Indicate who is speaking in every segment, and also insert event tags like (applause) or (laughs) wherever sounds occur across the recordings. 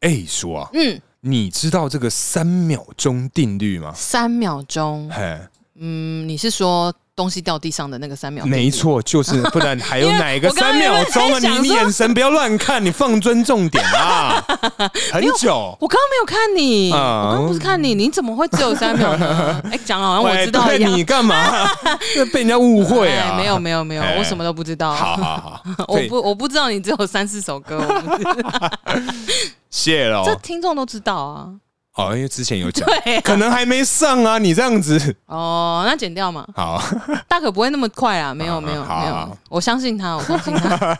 Speaker 1: 哎，叔啊，
Speaker 2: 嗯，
Speaker 1: 你知道这个三秒钟定律吗？
Speaker 2: 三秒钟，
Speaker 1: 嘿，
Speaker 2: 嗯，你是说东西掉地上的那个三秒？
Speaker 1: 没，错，
Speaker 2: (laughs)
Speaker 1: 就是，不然还有哪一个
Speaker 2: 因为我
Speaker 1: 三秒
Speaker 2: 刚刚
Speaker 1: 钟啊？
Speaker 2: 在想
Speaker 1: 你你
Speaker 2: 说
Speaker 1: 眼神不要乱看，你放尊重点
Speaker 2: (laughs)
Speaker 1: 啊！很久，
Speaker 2: 我刚刚没有看你，
Speaker 1: 啊
Speaker 2: 我刚刚不是看你，你怎么会只有三
Speaker 1: (laughs)
Speaker 2: 秒呢？哎，讲得好像我
Speaker 1: 喂
Speaker 2: 知道一
Speaker 1: 对啊
Speaker 2: 样
Speaker 1: 你。干
Speaker 2: (laughs)
Speaker 1: 嘛？这被人家误会
Speaker 2: 哎
Speaker 1: 啊！
Speaker 2: 没有，没有没有，
Speaker 1: 哎
Speaker 2: 我什么都不知道。
Speaker 1: 好好好，
Speaker 2: 我
Speaker 1: 对哦
Speaker 2: 不我不知道你只有三四首歌，我不
Speaker 1: (laughs)
Speaker 2: 知道
Speaker 1: 谢了
Speaker 2: 这
Speaker 1: 哦。
Speaker 2: 听众都知道啊。
Speaker 1: 好，因为之前有讲，
Speaker 2: 对啊，
Speaker 1: 可能还没上啊，你这样子，
Speaker 2: 哦，那剪掉嘛，
Speaker 1: 好
Speaker 2: 大可不会那么快啊，没有没有
Speaker 1: 好
Speaker 2: 没
Speaker 1: 好
Speaker 2: 有，我相信他，我相信
Speaker 1: (laughs)
Speaker 2: 他。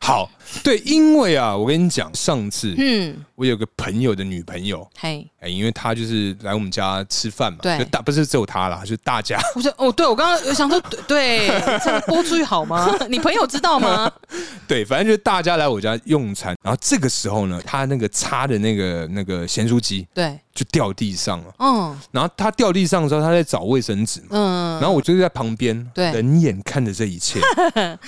Speaker 1: 好，对，因为啊，我跟你讲，上次
Speaker 2: 嗯，
Speaker 1: 我有个朋友的女朋友，
Speaker 2: 嘿，
Speaker 1: 哎、因为她就是来我们家吃饭嘛，
Speaker 2: 对
Speaker 1: 就大不是只有她啦，就是大家， (laughs)
Speaker 2: 我说哦，对我刚刚有想说，对对，这个播出去
Speaker 1: (laughs)
Speaker 2: 好吗？你朋友知道吗？
Speaker 1: 对，反正就是大家来我家用餐，然后这个时候呢，她那个擦的那个那个咸酥鸡
Speaker 2: 对，
Speaker 1: 就掉地上了，
Speaker 2: 嗯
Speaker 1: 然后她掉地上的时候，她在找卫生纸嘛，
Speaker 2: 嗯，
Speaker 1: 然后我就是在旁边，
Speaker 2: 对
Speaker 1: 冷眼看着这一
Speaker 2: (laughs)
Speaker 1: 切，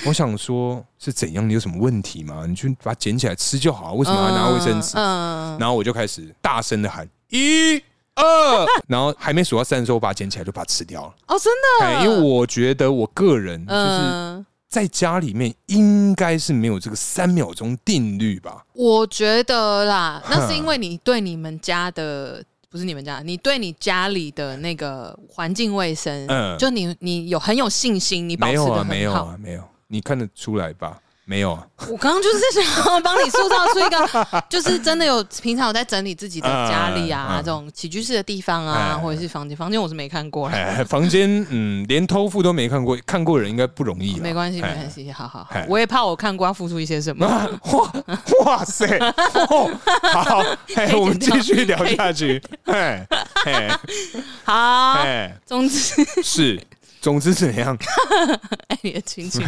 Speaker 1: 我想说是怎样？你有什么问题吗？你去把它捡起来吃就好啊，为
Speaker 2: 为
Speaker 1: 什么要拿卫生纸？
Speaker 2: 嗯，嗯
Speaker 1: 然后我就开始大声的喊一。二， (laughs) 然后还没数到三的时候，我把它捡起来就把它吃掉了。
Speaker 2: 哦，真
Speaker 1: (laughs) 哎，
Speaker 2: 的，
Speaker 1: 因为我觉得我个人就是
Speaker 2: 嗯，
Speaker 1: 在家里面应该是没有这个三秒钟定律吧？
Speaker 2: 我觉得啦，那是
Speaker 1: 嗯哼
Speaker 2: 因为你对你们家的。不是你们家，你对你家里的那个环境卫生，
Speaker 1: 嗯
Speaker 2: 就你你有很有信心，你保
Speaker 1: 没
Speaker 2: 持
Speaker 1: 有
Speaker 2: 的
Speaker 1: 啊，
Speaker 2: 很
Speaker 1: 没有
Speaker 2: 好。
Speaker 1: 啊，没有，你看得出来吧？没有啊，
Speaker 2: 我刚刚就是想要帮你塑造出
Speaker 1: (laughs)
Speaker 2: 一个，就是真的有平常有在整理自己的家里啊，
Speaker 1: 嗯嗯
Speaker 2: 这种起居室的地方啊，
Speaker 1: 哎
Speaker 2: 或者是房间，房间我是没看过了，
Speaker 1: 哎， (laughs) 房间嗯，连偷富都没看过，看过的人应该不容易啊。
Speaker 2: 没关系，没
Speaker 1: 哎
Speaker 2: 关系，好好好
Speaker 1: 哎，
Speaker 2: 我也怕我看过要付出一些什么。
Speaker 1: 啊， (laughs) 哇哇塞，哦、
Speaker 2: (laughs)
Speaker 1: 好，哎，
Speaker 2: 可以
Speaker 1: 我们
Speaker 2: 剪
Speaker 1: 继
Speaker 2: 掉
Speaker 1: 续聊下
Speaker 2: (laughs)
Speaker 1: 去，哎哎
Speaker 2: 好，
Speaker 1: 哎，
Speaker 2: 总之，
Speaker 1: 是，总之怎样？
Speaker 2: 爱 (laughs) 你的
Speaker 1: (laughs)
Speaker 2: 亲戚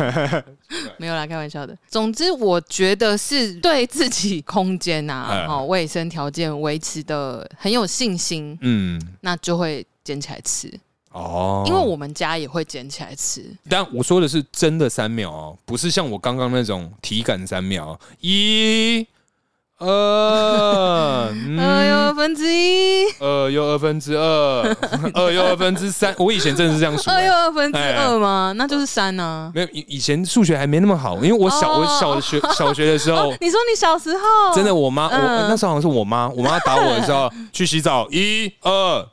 Speaker 2: 没有啦，开玩笑的。总之，我觉得是对自己空间啊
Speaker 1: (laughs) 哎、
Speaker 2: 哦卫生条件维持的很有信心，
Speaker 1: 嗯，
Speaker 2: 那就会捡起来吃，
Speaker 1: 哦，
Speaker 2: 因为我们家也会捡起来吃。
Speaker 1: 但我说的是真的三秒哦，不是像我刚刚那种体感三秒哦，一、二，
Speaker 2: 哎呦，
Speaker 1: 嗯，
Speaker 2: 分之一。
Speaker 1: 二又二分之二， (laughs) 二又二分之三，我以前真的是这样数的。
Speaker 2: (laughs) 二又二分之
Speaker 1: 哎
Speaker 2: 二吗？那就是三啊呢、
Speaker 1: 没有，以以前数学还没那么好，因为我小、
Speaker 2: 哦
Speaker 1: 我小学小学的时
Speaker 2: (laughs)
Speaker 1: 候，
Speaker 2: 你说你小时候
Speaker 1: 真的，我妈，我
Speaker 2: 嗯
Speaker 1: 那时候好像是我妈，我妈打我的时候，
Speaker 2: (laughs)
Speaker 1: 去洗澡，一二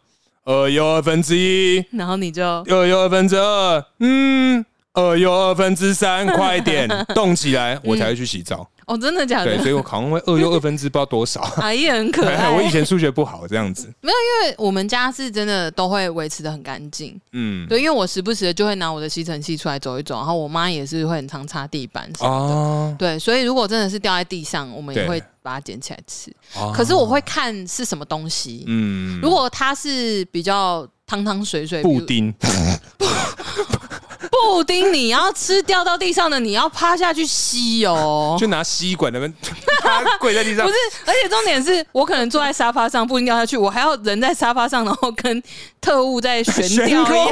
Speaker 1: 二又二分之一，
Speaker 2: 然后你就
Speaker 1: 二又二分之二，嗯，二又二分之三，快
Speaker 2: (laughs)
Speaker 1: 点动起来，我才会去洗澡。
Speaker 2: 哦，真的假
Speaker 1: 对，
Speaker 2: 的？
Speaker 1: 所以我好像会二又二分之不知道多
Speaker 2: (laughs)
Speaker 1: 少。
Speaker 2: 阿姨很可
Speaker 1: (laughs)
Speaker 2: 爱，
Speaker 1: 我以
Speaker 2: 因
Speaker 1: 前数学不好，这样子，
Speaker 2: 为我们家是真的都会维持的很干净。
Speaker 1: 嗯，
Speaker 2: 对，因为我时不时地就会拿我的吸尘器出来走一走，然后我妈也是会很常擦地板什么的。
Speaker 1: 啊，
Speaker 2: 对，所以如果真的是掉在地上，我们也
Speaker 1: 对
Speaker 2: 会把它捡起来吃。
Speaker 1: 啊
Speaker 2: 可是我，会看是什么东西，
Speaker 1: 嗯
Speaker 2: 如果它是比较汤汤水水，比
Speaker 1: 布
Speaker 2: 如
Speaker 1: 丁，
Speaker 2: 布丁，你要吃掉到地上的，你要趴下去吸哦。
Speaker 1: 就拿吸管那边， (laughs) 他跪在地上
Speaker 2: 不，是，而且重点是我可能坐在沙发上不一定掉下去，我还要人在沙发上，然后跟特
Speaker 1: (laughs)
Speaker 2: 务在悬吊一样，
Speaker 1: 空，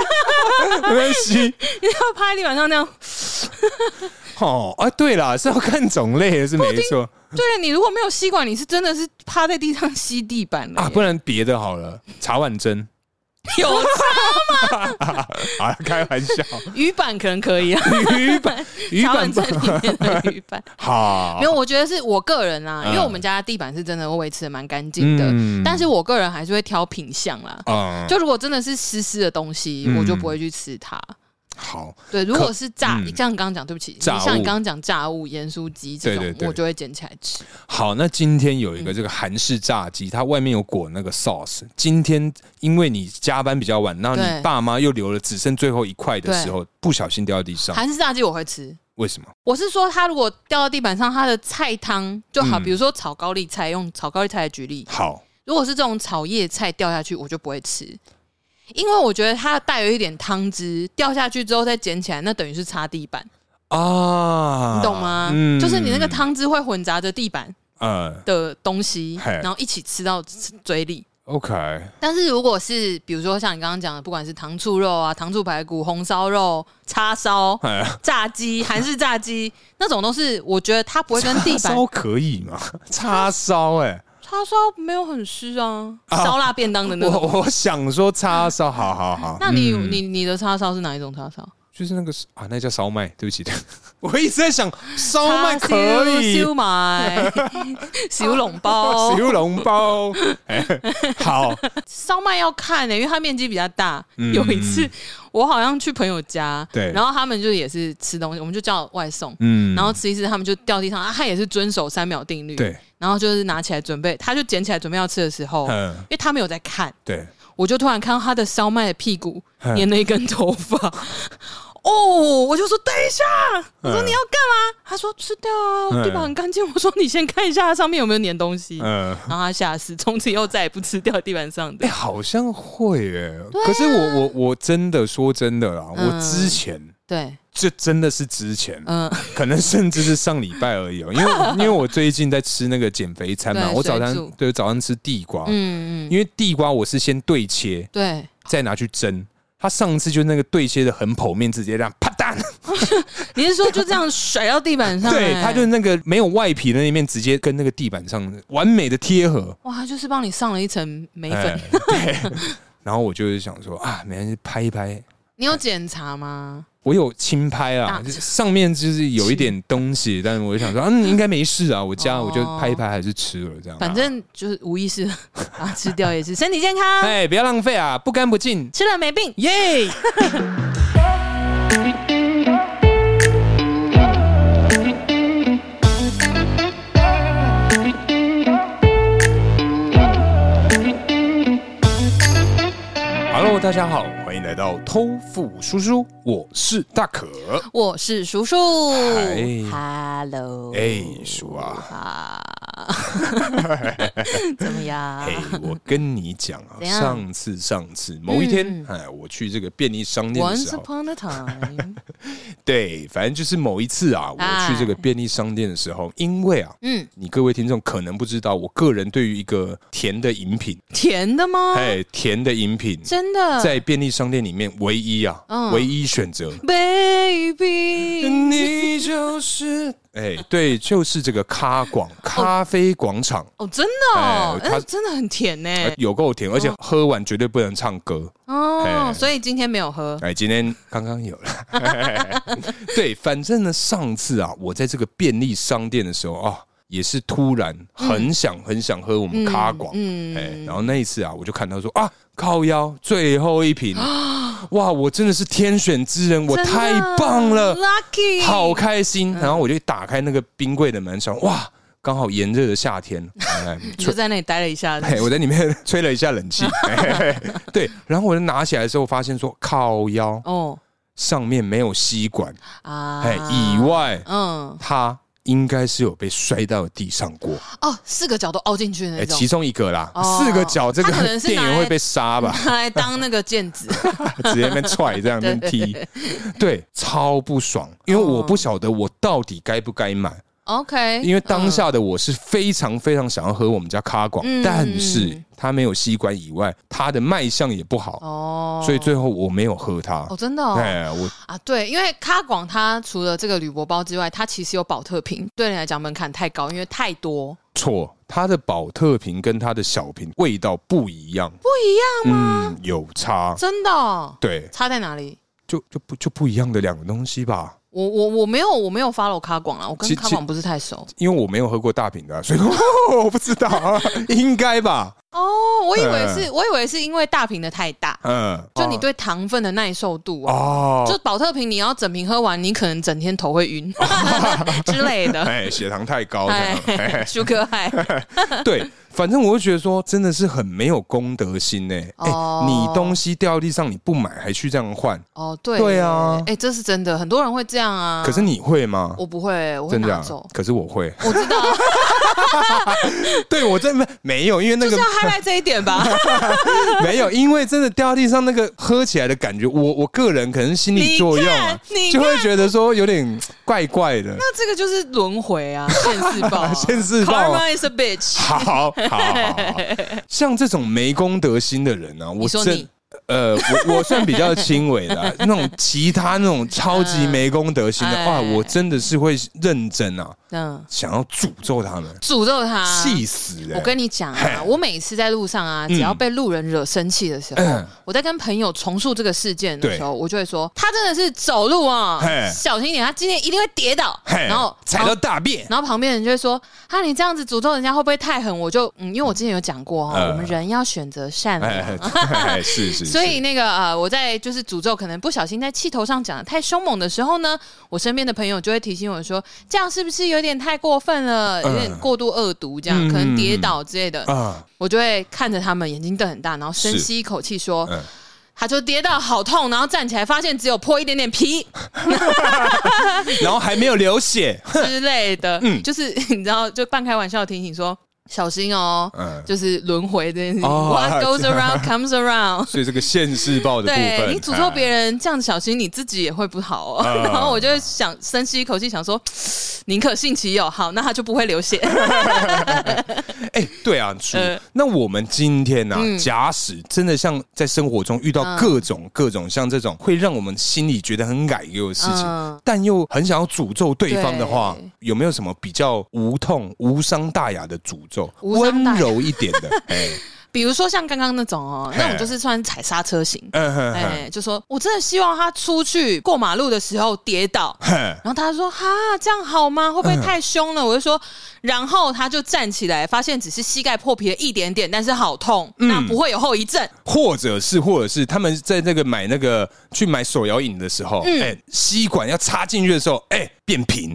Speaker 1: 没关系。
Speaker 2: 要趴在地板上那样。
Speaker 1: 哦，啊，对啦，是要看种类的，是没错
Speaker 2: 对啊你如果没有吸管，你是真的是趴在地上吸地板了耶、
Speaker 1: 啊，不然别的好了，茶碗蒸， (laughs)
Speaker 2: 有
Speaker 1: 啊，开玩
Speaker 2: (laughs)
Speaker 1: 笑，
Speaker 2: 鱼板可能可以啊，
Speaker 1: 鱼板，鱼
Speaker 2: 茶
Speaker 1: 板
Speaker 2: 碗，蒸里面的鱼板。
Speaker 1: 好
Speaker 2: 没，有，我觉得是我个人啊，
Speaker 1: 嗯
Speaker 2: 因为我们家地板是真的会维持的蛮干净的，
Speaker 1: 嗯
Speaker 2: 但是我个人还是会挑品相啦。
Speaker 1: 嗯，
Speaker 2: 就如果真的是湿湿的东西，
Speaker 1: 嗯
Speaker 2: 我就不会去吃它。
Speaker 1: 好，
Speaker 2: 对，如果是炸，
Speaker 1: 嗯
Speaker 2: 像你刚刚讲，对不起，你
Speaker 1: 炸物
Speaker 2: 像你刚刚讲炸物、盐酥鸡这种，
Speaker 1: 对对对
Speaker 2: 我就会捡起来吃。
Speaker 1: 好，那今天有一
Speaker 2: 嗯
Speaker 1: 个这个韩式炸鸡，它外面有裹那个 sauce。今天因为你加班比较晚，然后
Speaker 2: 对
Speaker 1: 你爸妈又留了只剩最后一块的
Speaker 2: 对
Speaker 1: 时候，不小心掉到地上，
Speaker 2: 韩式炸鸡我会吃。
Speaker 1: 为什么？
Speaker 2: 我是说，它如果掉到地板上，它的菜汤就好，
Speaker 1: 嗯
Speaker 2: 比如说炒高丽菜，用炒高丽菜来举例，
Speaker 1: 好，
Speaker 2: 如果是这种炒叶菜掉下去，我就不会吃，因为我觉得它带有一点汤汁，掉下去之后再捡起来，那等于是擦地板，
Speaker 1: 啊，嗯
Speaker 2: 你懂吗？就是你那个，汤汁会混杂着地板
Speaker 1: 呃
Speaker 2: 的东西，
Speaker 1: 嘿
Speaker 2: 然后一起吃到嘴里。
Speaker 1: ，OK，
Speaker 2: 但是如果是比如说像你刚刚讲的，不管是糖醋肉啊、糖醋排骨、红烧肉、叉烧、
Speaker 1: 哎，
Speaker 2: 炸鸡、 (laughs) 韩式炸鸡那种，都是我觉得它不会跟地
Speaker 1: 叉 (laughs)
Speaker 2: 板
Speaker 1: 烧可以吗？叉烧，哎，
Speaker 2: 叉烧没有很湿啊，烧腊便当的那种。
Speaker 1: 我我想说叉烧，好好好，嗯
Speaker 2: 那你、你你的叉烧是哪一种叉烧？
Speaker 1: 就是那个是啊，那叫烧麦，对不起， (laughs) 我一直在想烧麦
Speaker 2: 叉烧
Speaker 1: 哦可以，(laughs)
Speaker 2: 烧麦、小笼包
Speaker 1: 小、笼包，哎，好，
Speaker 2: 烧麦要看的、欸因为它面积比较大。
Speaker 1: 嗯
Speaker 2: 有一次我好像去朋友家，
Speaker 1: 对
Speaker 2: 然后他们就也是吃东西，我们就叫外送，
Speaker 1: 嗯，
Speaker 2: 然后吃一次，他们就掉地上，啊，他也是遵守三秒定律，，
Speaker 1: 对，
Speaker 2: 然后就是拿起来准备，他就捡起来准备要吃的时候，因
Speaker 1: 嗯，
Speaker 2: 为他没有在看，
Speaker 1: 对，
Speaker 2: 我就突然看到他的烧麦的屁股
Speaker 1: 嗯
Speaker 2: 粘了一根头发。 (laughs) 哦，我就说等一下，我说
Speaker 1: 嗯
Speaker 2: 你要干嘛？他说吃掉啊，
Speaker 1: 嗯
Speaker 2: 地板很干净。我说你先看一下它上面有没有粘东西。
Speaker 1: 嗯。
Speaker 2: 然后他吓死，从此以后再也不吃掉地板上
Speaker 1: 哎、
Speaker 2: 的。
Speaker 1: 好像会哎、可是我我我真的说真的啦，
Speaker 2: 啊嗯
Speaker 1: 我之前
Speaker 2: 对，
Speaker 1: 这真的是之前，
Speaker 2: 嗯，
Speaker 1: 可能甚至是上礼拜而已哦、因
Speaker 2: (laughs)
Speaker 1: 为因为我最近在吃那个减肥餐嘛，
Speaker 2: 对
Speaker 1: 我早
Speaker 2: 水
Speaker 1: 餐
Speaker 2: 煮
Speaker 1: 对早上吃地瓜，
Speaker 2: 嗯嗯，
Speaker 1: 因为地瓜我是先对切，
Speaker 2: 对，
Speaker 1: 再拿去蒸。他上次就是那个对切的很剖面，直接这样啪嗒，
Speaker 2: 你是说就这样甩到地板上、
Speaker 1: 对，
Speaker 2: 哎
Speaker 1: 他就是那个没有外皮的那一面，直接跟那个地板上完美的贴合。
Speaker 2: 哇，他就是帮你上了一层眉粉。
Speaker 1: 哎对，然后我就是想说啊，没关系，拍一拍，
Speaker 2: 你有检查吗？
Speaker 1: 我有轻拍啊
Speaker 2: 啊，
Speaker 1: 就是上面就是有一点东西，但是我就想说，嗯，应该没事啊，我家我
Speaker 2: 哦
Speaker 1: 就拍一拍，还是吃了这样啊。
Speaker 2: 反正就是无意识， (laughs) 把它吃掉也是身体健康，
Speaker 1: 哎，不要浪费啊，不干不净，
Speaker 2: 吃了没病。
Speaker 1: 耶！Hello，大家好，欢迎来到偷富叔叔，我是大可。
Speaker 2: 我是叔叔
Speaker 1: 嗨
Speaker 2: ，Hello，
Speaker 1: 哎，叔啊，
Speaker 2: 啊，
Speaker 1: (laughs)
Speaker 2: 怎么样？
Speaker 1: 嘿，哎我跟你讲啊，
Speaker 2: (laughs) 怎样
Speaker 1: 上次上次某一天
Speaker 2: 嗯，
Speaker 1: 哎，我去这个便利商店的
Speaker 2: Once
Speaker 1: 时候，
Speaker 2: upon
Speaker 1: (laughs)
Speaker 2: a time，
Speaker 1: 对，反正就是某一次啊，我去这
Speaker 2: 哎
Speaker 1: 个便利商店的时候，因为啊，
Speaker 2: 嗯，
Speaker 1: 你各位听众可能不知道，我个人对于一个甜的饮品，
Speaker 2: 甜的吗？
Speaker 1: 哎，甜的饮品
Speaker 2: 啊真的
Speaker 1: 在便利商店里面唯一啊，
Speaker 2: 嗯
Speaker 1: 唯一选择。
Speaker 2: ，Baby，
Speaker 1: 你就是哎，对，就是这个咖广咖啡广场，
Speaker 2: 哦，真的哦，
Speaker 1: 哎它
Speaker 2: 哎真的很甜呢，
Speaker 1: 呃有够甜，而且喝完绝对不能唱歌。哎
Speaker 2: 哎哦，所以今天没有喝，
Speaker 1: 哎，今天刚刚有了。 (laughs) 对，反正呢，上次啊，我在这个便利商店的时候啊，也是突然很想很想喝我们咖广。哎，
Speaker 2: 嗯，
Speaker 1: 然后那一次啊，我就看到说啊，靠腰最后一
Speaker 2: (gasps)
Speaker 1: 瓶，哇，我真的是天选之人，我
Speaker 2: 真的嗯
Speaker 1: 太棒了，
Speaker 2: ，Lucky，
Speaker 1: 好开心。然后我就打开那个冰柜的门，想哇，刚好炎热的夏天，
Speaker 2: (laughs)
Speaker 1: 哎，
Speaker 2: 你就在那里待了一下，
Speaker 1: 嘿，我在里面 (laughs) 吹了一下
Speaker 2: (laughs)
Speaker 1: 冷气，嘿嘿嘿对，然后我就拿起来的时候，发现说靠腰
Speaker 2: 哦
Speaker 1: 上面没有吸管，
Speaker 2: 啊，
Speaker 1: 哎、以，外，
Speaker 2: 嗯，
Speaker 1: 它应该是有被摔到地上过，
Speaker 2: 哦，四个角都凹进去的
Speaker 1: 哎、
Speaker 2: 那种
Speaker 1: 其。中一个啦，
Speaker 2: 哦
Speaker 1: 四个角这
Speaker 2: 它可
Speaker 1: 个
Speaker 2: 能是
Speaker 1: 店
Speaker 2: 拿
Speaker 1: 员
Speaker 2: 来
Speaker 1: 会被杀吧，
Speaker 2: (laughs) 拿来当那个毽
Speaker 1: (laughs)
Speaker 2: 子，
Speaker 1: 直接被踹这样被踢，对，超不爽，因为我不
Speaker 2: 哦
Speaker 1: 晓得我到底该不该买，
Speaker 2: OK，
Speaker 1: 因为当下的我是非常非常想要喝我们家咖广，
Speaker 2: 嗯
Speaker 1: 但是
Speaker 2: 嗯
Speaker 1: 它没有吸管以外，它的卖相也不好。
Speaker 2: 哦，
Speaker 1: 所以最后我没有喝它。
Speaker 2: 哦真的哦
Speaker 1: 哎，我
Speaker 2: 啊对，因为咖广它除了这个铝箔包之外，它其实有保特瓶，对你来讲门槛太高，因为太多
Speaker 1: 错，它的保特瓶跟它的小瓶味道不一样，
Speaker 2: 不一样，
Speaker 1: 嗯，有差，
Speaker 2: 真的哦、
Speaker 1: 对，
Speaker 2: 差在哪里？
Speaker 1: 就就不就不一样的两个东西吧。
Speaker 2: 我我我没有我没有 follow 咖广啦，我
Speaker 1: 其
Speaker 2: 跟
Speaker 1: 其
Speaker 2: 咖广不是太熟
Speaker 1: 因为我没有喝过大瓶的啊、所以 (laughs) 我不知道啊，应该吧，
Speaker 2: 哦，我以为是、我以为是因为大瓶的太大，
Speaker 1: 嗯，
Speaker 2: 就你对糖分的耐受度啊。
Speaker 1: 哦，
Speaker 2: 就保特瓶，你要整瓶喝完，你可能整天头
Speaker 1: (laughs)
Speaker 2: 会晕 (laughs) 之类的。
Speaker 1: 哎，血糖太高了，
Speaker 2: (laughs) 哎，舒克海，
Speaker 1: (laughs) 对，反正我就觉得说，真的是很没有公德心呢、哎、
Speaker 2: 哦
Speaker 1: 你东西掉地上你不买还去这样换，
Speaker 2: 哦，对，
Speaker 1: 对啊
Speaker 2: 哎、这是真的，很多人会这样啊。
Speaker 1: 可是你会吗？
Speaker 2: 我不会，我会
Speaker 1: 真的、
Speaker 2: 拿
Speaker 1: 啊
Speaker 2: 走。，
Speaker 1: 可是我会， (laughs)
Speaker 2: 我知道，
Speaker 1: 对我真的没有，因为那
Speaker 2: 就
Speaker 1: 个
Speaker 2: 是要 highlight 这一点吧。 (laughs)
Speaker 1: (laughs) 没有，因为真的掉地上那个喝起来的感觉，我我个人可能心理作用啊，
Speaker 2: 你看你看
Speaker 1: 就会觉得说有点怪怪的。
Speaker 2: 那这个就是轮回啊，现世报
Speaker 1: (laughs)
Speaker 2: 啊，
Speaker 1: 现世报啊
Speaker 2: Karma is a bitch。 (laughs)
Speaker 1: 好好好好，好像这种没公德心的人呢、啊，我
Speaker 2: 你说
Speaker 1: 真
Speaker 2: 你
Speaker 1: 呃，我我算比较轻微
Speaker 2: (laughs)
Speaker 1: 的啊，那种其他那种超级没公德心的，
Speaker 2: 嗯
Speaker 1: 哇，
Speaker 2: 哎
Speaker 1: 我真的是会认真啊，
Speaker 2: 嗯，
Speaker 1: 想要诅咒他们，
Speaker 2: 诅咒他，
Speaker 1: 气死人！
Speaker 2: 啊我跟你讲啊，我每次在路上啊，只要被路人惹生气的时候，
Speaker 1: 嗯
Speaker 2: 我在跟朋友重述这个事件的
Speaker 1: 对
Speaker 2: 时候，我就会说，他真的是走路啊
Speaker 1: 嘿，
Speaker 2: 小心一点，他今天一定会跌倒。
Speaker 1: 嘿
Speaker 2: 然后
Speaker 1: 踩到大便，
Speaker 2: 然后旁边人就会说：“啊，你这样子诅咒人家会不会太狠？”我就嗯，因为我之前有讲过哦，
Speaker 1: 呃
Speaker 2: 我们人要选择善良。
Speaker 1: 哎，
Speaker 2: (laughs)
Speaker 1: 哎是是，是
Speaker 2: 所以那个呃，我在就是诅咒，可能不小心在气头上讲的太凶猛的时候呢，我身边的朋友就会提醒我说，这样是不是有点太过分了，有点过度恶毒，这样、
Speaker 1: 嗯
Speaker 2: 可能跌倒之类的，
Speaker 1: 啊，
Speaker 2: 我就会看着他们眼睛瞪很大，然后深吸一口气说，
Speaker 1: 嗯
Speaker 2: 他就跌倒好痛，然后站起来发现只有破一点点皮
Speaker 1: 然后还没有流血，
Speaker 2: 之类
Speaker 1: (laughs)
Speaker 2: 的，
Speaker 1: 嗯
Speaker 2: 就是 (laughs) 你知道，就半开玩笑地提醒说小心哦，
Speaker 1: 嗯，
Speaker 2: 就是轮回这件事情、
Speaker 1: 哦
Speaker 2: w h a t goes around comes around。
Speaker 1: 所以 (laughs) 这个现世报的部
Speaker 2: 对
Speaker 1: 分，哎
Speaker 2: 你诅咒别
Speaker 1: 人，
Speaker 2: 人这样小心，你自己也会不好哦。
Speaker 1: 嗯
Speaker 2: (laughs) 然后我就会想深吸一口气，想说 (sighs) 宁可信其有，好，那他就不会流血。 (laughs)
Speaker 1: 哎，对啊，叔
Speaker 2: 呃，嗯
Speaker 1: 那我们今天呢，啊假使真的像在生活中遇到各种各种像这种会让我们心里觉得很改忧的事情
Speaker 2: 嗯，
Speaker 1: 但又很想要诅咒对方的话
Speaker 2: 对，
Speaker 1: 有没有什么比较无痛、无伤大雅的诅咒，
Speaker 2: 无伤
Speaker 1: 温
Speaker 2: 大雅
Speaker 1: 柔一点
Speaker 2: (laughs)
Speaker 1: 的？哎，
Speaker 2: 比如说像刚刚那种哦，
Speaker 1: 嘿
Speaker 2: 那种就是算踩刹车型。
Speaker 1: 嗯哼哼
Speaker 2: 哎，就说我真的希望他出去过马路的时候跌倒，
Speaker 1: 哼，
Speaker 2: 然后他说哈这样好吗？会不会
Speaker 1: 嗯
Speaker 2: 太凶了？我就说，然后他就站起来，发现只是膝盖破皮了一点点，但是好痛，
Speaker 1: 嗯
Speaker 2: 那不会有后遗症。
Speaker 1: 或者是，或者是他们在那个买那个去买手摇饮的时候，
Speaker 2: 嗯
Speaker 1: 哎、吸管要插进去的时候，哎、变平，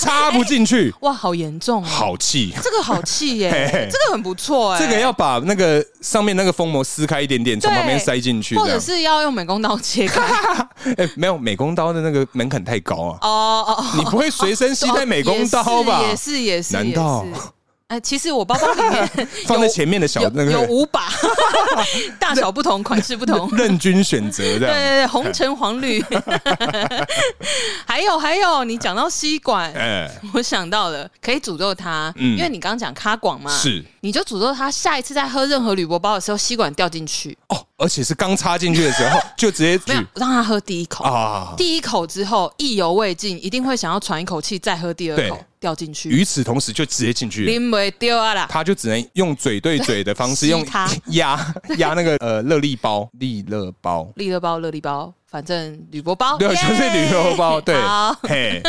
Speaker 1: 插不进
Speaker 2: (laughs)
Speaker 1: 去，
Speaker 2: 哇，好严重哦！
Speaker 1: 好气。
Speaker 2: 这个好气耶、
Speaker 1: 嘿嘿
Speaker 2: 这个很不错哎、
Speaker 1: 这个要把那个上面那个封膜撕开一点点，从旁边塞进去，
Speaker 2: 或
Speaker 1: 这
Speaker 2: 者
Speaker 1: 样。
Speaker 2: 是要用美工刀切开。
Speaker 1: (laughs) 哎、没有美工刀的那个门槛太高啊，
Speaker 2: 哦哦 (laughs) 哦，
Speaker 1: 你不会随身携带美工刀吧？
Speaker 2: 也是也是，也是
Speaker 1: 难道？
Speaker 2: 也是哎，其实我包包里面
Speaker 1: (laughs) 放在前面的小
Speaker 2: 有
Speaker 1: 那
Speaker 2: 有
Speaker 1: 个
Speaker 2: 五
Speaker 1: (laughs)
Speaker 2: 把，大小不同，款式不同。
Speaker 1: 任君选择这
Speaker 2: 对对
Speaker 1: 样。
Speaker 2: 对，红橙黄
Speaker 1: (laughs)
Speaker 2: 绿。 (laughs) 还有还有，你讲到吸管，
Speaker 1: 哎、
Speaker 2: 我想到了，可以诅咒他，
Speaker 1: 嗯
Speaker 2: 因为你刚刚讲咖广嘛，
Speaker 1: 是
Speaker 2: 你就诅咒他下一次在喝任何铝箔包的时候，吸管掉进去，
Speaker 1: 哦，而且是刚插进去的时
Speaker 2: (laughs)
Speaker 1: 候就直接
Speaker 2: 没有
Speaker 1: 举
Speaker 2: 让他喝第一口
Speaker 1: 啊。
Speaker 2: 第一口之后意犹未尽，一定会想要喘一口气，再喝第二
Speaker 1: 对
Speaker 2: 口，掉进去，
Speaker 1: 与此同时就直接进去了。
Speaker 2: 拎没丢啊啦！
Speaker 1: 他就只能用嘴对嘴的方式，
Speaker 2: (laughs) 吸
Speaker 1: 用
Speaker 2: 它
Speaker 1: (laughs) 压压那个呃乐力包、利乐包，
Speaker 2: 利乐包、乐力包，反正铝箔包，
Speaker 1: 对，
Speaker 2: 耶
Speaker 1: 就是旅游
Speaker 2: (laughs)
Speaker 1: 包，对
Speaker 2: 好，
Speaker 1: 嘿，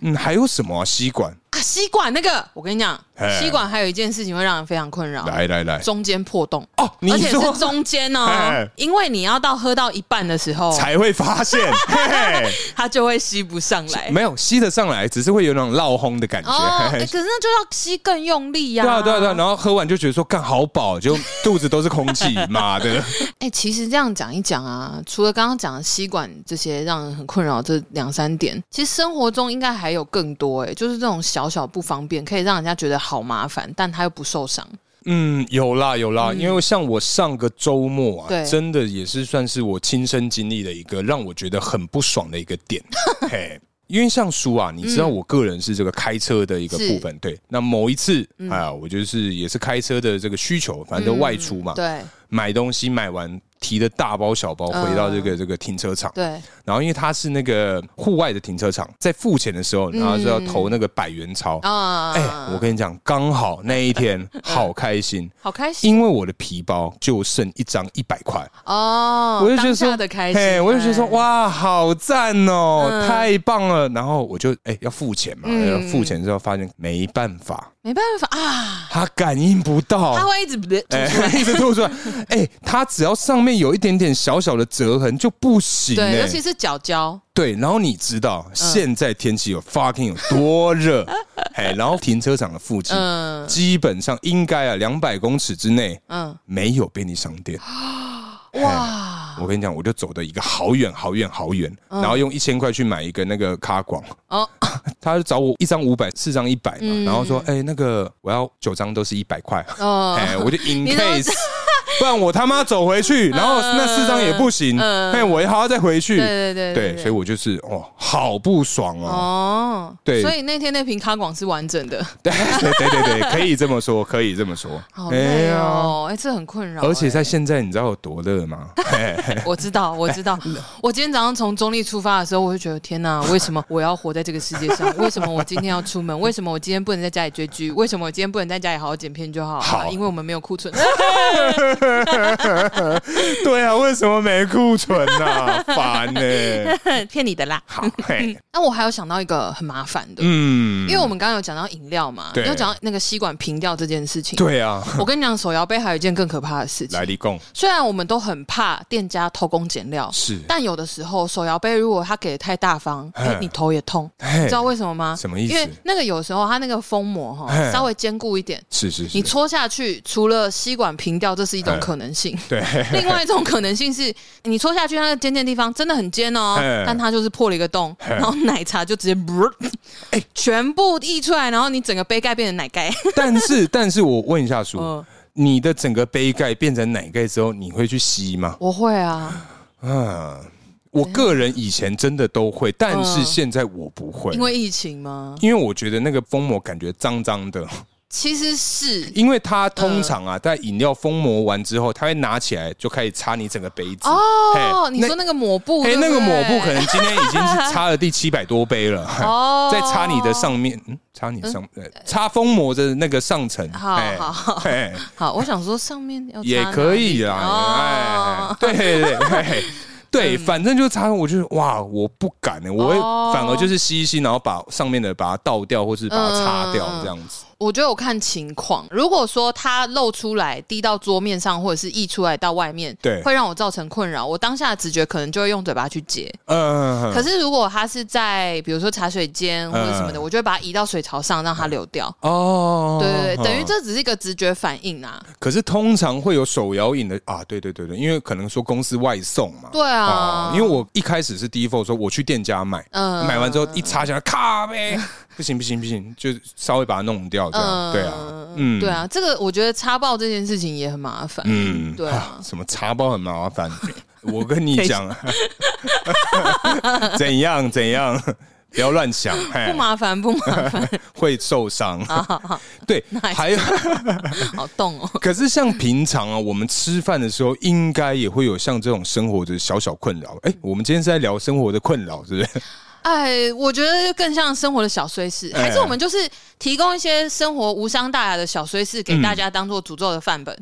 Speaker 1: 嗯，还有什么啊吸管？
Speaker 2: 啊，吸管那个，我跟你讲
Speaker 1: 嘿，
Speaker 2: 吸管还有一件事情会让人非常困扰，
Speaker 1: 来来来，
Speaker 2: 中间破洞，
Speaker 1: 哦，你
Speaker 2: 而且
Speaker 1: 说
Speaker 2: 是中间
Speaker 1: 嘿
Speaker 2: 哦，因为你要到喝到一半的时
Speaker 1: (laughs)
Speaker 2: 候，
Speaker 1: 才会发
Speaker 2: (laughs)
Speaker 1: 现，嘿
Speaker 2: 它就会吸不上来
Speaker 1: 嘿，。没有吸得上来，只是会有那种落轰的感
Speaker 2: 哦，
Speaker 1: 觉。
Speaker 2: 哎
Speaker 1: 嘿
Speaker 2: 可
Speaker 1: 嘿
Speaker 2: 是那就要吸更用力呀。
Speaker 1: 对啊，对啊，对啊，然后喝完就觉得说干好饱，就肚子都是空气，
Speaker 2: (laughs)
Speaker 1: 妈的！
Speaker 2: 哎、其实这样讲一讲啊，除了刚刚讲的吸管这些让人很困扰这两三点，其实生活中应该还有更多哎、就是这种小小不方便，可以让人家觉得好麻烦，但他又不受伤。
Speaker 1: 嗯，有啦有啦，因为像我上个周末啊，
Speaker 2: 对
Speaker 1: 真的也是算是我亲身经历的一个让我觉得很不爽的一个
Speaker 2: (laughs)
Speaker 1: 点。嘿，因为像叔啊，你知道我个人是这个开车的一
Speaker 2: 嗯
Speaker 1: 个部分，对。那某一次、啊，我就是也是开车的这个需求，反正都外出嘛，
Speaker 2: 对
Speaker 1: 买东西买完提的大包小包回到这个、这个停车场，
Speaker 2: 嗯对，
Speaker 1: 然后因为它是那个户外的停车场，在付钱的时候，然后就要投那个百元钞。
Speaker 2: 嗯啊，
Speaker 1: 哎、我跟你讲，刚好那一天好开心，
Speaker 2: 好开心
Speaker 1: 因为我的皮包就剩一张一百块，
Speaker 2: 哦，
Speaker 1: 我就觉得
Speaker 2: 当
Speaker 1: 说
Speaker 2: 下的开
Speaker 1: 嘿，
Speaker 2: 心，
Speaker 1: 我就觉得说
Speaker 2: 哎，
Speaker 1: 哇，好赞哦，
Speaker 2: 嗯
Speaker 1: 太棒了。然后我就哎要付钱嘛，
Speaker 2: 嗯
Speaker 1: 要付钱之后发现没办法，
Speaker 2: 没办法啊，
Speaker 1: 他感应不到，
Speaker 2: 他会一直不对，
Speaker 1: 哦哎、 (laughs) 一直吐出来，哎、他只要上面有一点点小小的折痕就不行、哎
Speaker 2: 对，尤其是脚胶，
Speaker 1: 对，然后你知道
Speaker 2: 嗯
Speaker 1: 现在天气有 fucking 有多热，哎、然后停车场的附近、
Speaker 2: 嗯
Speaker 1: 基本上应该啊两百公尺之内
Speaker 2: 嗯，
Speaker 1: 没有便利商店。
Speaker 2: 哇，嗯
Speaker 1: 我跟你讲，我就走的一个好远好远好远，然后用一千块去买一个那个卡广，
Speaker 2: 哦，
Speaker 1: (laughs)
Speaker 2: 嗯
Speaker 1: 他就找我一张五百，四张一百嘛，然后说，哎、那个我要九张都是一百块，哎、 (laughs)
Speaker 2: 哦， (laughs)
Speaker 1: 我就 in
Speaker 2: 你怎么
Speaker 1: case，不然我他妈走回
Speaker 2: (laughs)
Speaker 1: 去，然后那四张也不行，
Speaker 2: 嗯
Speaker 1: 哎，我还要再回去。
Speaker 2: 对对对
Speaker 1: 对，所以我就是哦，好不爽哦。
Speaker 2: 哦，
Speaker 1: 对
Speaker 2: 所以那天那瓶咖广是完整的，
Speaker 1: (laughs) 对对对对对，可以这么说，可以这么说。
Speaker 2: 好
Speaker 1: 哎
Speaker 2: 累
Speaker 1: 呀
Speaker 2: 哦，哎，这很困扰，
Speaker 1: 而且
Speaker 2: 哎
Speaker 1: 在现在，你知道有多热吗？
Speaker 2: (laughs) 我知道，我
Speaker 1: (laughs)
Speaker 2: 知道。
Speaker 1: 哎
Speaker 2: 我今天早上从中立出发的时候，我就觉得天哪，为什么我要活在这个世界
Speaker 1: (laughs)
Speaker 2: 上？为什么我今天要出门？为什么我今天不能在家里追剧？为什么我今天不能在家里好好剪片就好？
Speaker 1: 好
Speaker 2: 因为我们没有库
Speaker 1: (laughs)
Speaker 2: 存。
Speaker 1: 对啊，为什么没库存呢？ (laughs) 烦呢。
Speaker 2: (laughs) 骗你的啦。
Speaker 1: 好，嘿，
Speaker 2: 那我还有想到一个很麻烦的，
Speaker 1: 嗯，
Speaker 2: 因为我们刚刚有讲到饮料嘛，
Speaker 1: 对
Speaker 2: 有讲到那个吸管平掉这件事情。
Speaker 1: 对啊，
Speaker 2: 我跟你讲，手摇杯还有一件更可怕的事情
Speaker 1: 来。立贡
Speaker 2: 虽然我们都很怕店家偷工减料，
Speaker 1: 是，
Speaker 2: 但有的时候手摇杯如果他给的太大方，哎、
Speaker 1: 嘿
Speaker 2: 你头也痛。
Speaker 1: 嘿
Speaker 2: 你知道为什么吗？
Speaker 1: 什么意思
Speaker 2: 因为那个有时候它那个封膜哈
Speaker 1: 嘿
Speaker 2: 稍微坚固一点，
Speaker 1: 是是是，
Speaker 2: 你戳下去，除了吸管平掉，这是一种
Speaker 1: 嘿
Speaker 2: 可能性。
Speaker 1: 对， (laughs)
Speaker 2: 另外一种可能性是，你戳下去它那个尖尖地方真的很尖哦
Speaker 1: 嘿，
Speaker 2: 但它就是破了一个洞，然后奶茶就直接
Speaker 1: 哎
Speaker 2: 全部溢出来，然后你整个杯盖变成奶
Speaker 1: (laughs)
Speaker 2: 盖。
Speaker 1: 但是但是我问一下叔，
Speaker 2: 嗯
Speaker 1: 你的整个杯盖变成奶盖之后，你会去吸吗？
Speaker 2: 我会啊，
Speaker 1: 嗯，我个人以前真的都会，但是
Speaker 2: 嗯
Speaker 1: 现在我不会
Speaker 2: 因，为疫情吗？
Speaker 1: 因为我觉得那个封膜感觉脏脏的，
Speaker 2: 其实是
Speaker 1: 因为它通常
Speaker 2: 嗯
Speaker 1: 啊，在饮料封膜完之后，它会拿起来就开始擦你整个杯子。
Speaker 2: 哦，
Speaker 1: 嘿
Speaker 2: 你说那个抹布，
Speaker 1: 哎、
Speaker 2: 对不
Speaker 1: 那个抹布可
Speaker 2: 对
Speaker 1: 能今天已经是擦了第七百多杯
Speaker 2: (laughs)
Speaker 1: 了，
Speaker 2: 哦
Speaker 1: 再擦你的上面，嗯，擦你上，呃擦封膜的那个上层，
Speaker 2: 好
Speaker 1: 嘿
Speaker 2: 好好 (laughs)
Speaker 1: 嘿
Speaker 2: 好，我想说上面要
Speaker 1: 也
Speaker 2: 插哪
Speaker 1: 可以
Speaker 2: 里
Speaker 1: 啦，
Speaker 2: 哦嗯
Speaker 1: 哎，对对对对。对，反正就是擦，我就是哇，我不敢呢、我会
Speaker 2: 哦
Speaker 1: 反而就是吸一吸，然后把上面的把它倒掉，或是把它擦掉
Speaker 2: 嗯嗯嗯
Speaker 1: 这样子。
Speaker 2: 我觉得我看情况，如果说它露出来滴到桌面上，或者是溢出来到外面，
Speaker 1: 对
Speaker 2: 会让我造成困扰。我当下的直觉可能就会用嘴巴去接。
Speaker 1: 嗯，
Speaker 2: 可是如果它是在比如说茶水间或者什么的，
Speaker 1: 嗯
Speaker 2: 我就会把它移到水槽上，让它流掉。
Speaker 1: 哦，
Speaker 2: 对对对，等于
Speaker 1: 嗯。
Speaker 2: 这只是一个直觉反应啊。
Speaker 1: 可是通常会有手摇饮的啊，对对对对，因为可能说公司外送嘛。
Speaker 2: 对啊，
Speaker 1: 哦因为我一开始是 default 说我去店家买，
Speaker 2: 嗯
Speaker 1: 买完之后一擦下来，咔
Speaker 2: (laughs)
Speaker 1: 呗，不行不行不行，就稍微把它弄掉这样。对啊，嗯
Speaker 2: 对啊，这个我觉得插爆这件事情也很麻烦。
Speaker 1: 嗯，
Speaker 2: 对啊。
Speaker 1: (laughs) 什么茶包很麻烦。
Speaker 2: (laughs)
Speaker 1: 我跟你讲，啊怎样怎样，不要乱想，嘿
Speaker 2: 不麻啊烦，不麻烦，
Speaker 1: 会受
Speaker 2: (laughs)
Speaker 1: 伤。对，还有，
Speaker 2: 好动哦。
Speaker 1: 可是像平常啊，我们吃饭的时候，应该也会有像这种生活的小小困扰。哎，我们今天是在聊生活的困扰，是不
Speaker 2: (laughs)
Speaker 1: 是？
Speaker 2: 哎，我觉得更像生活的小碎事，
Speaker 1: 哎
Speaker 2: 还是我们就是提供一些生活无伤大雅的小碎事给大家当做诅咒的范本，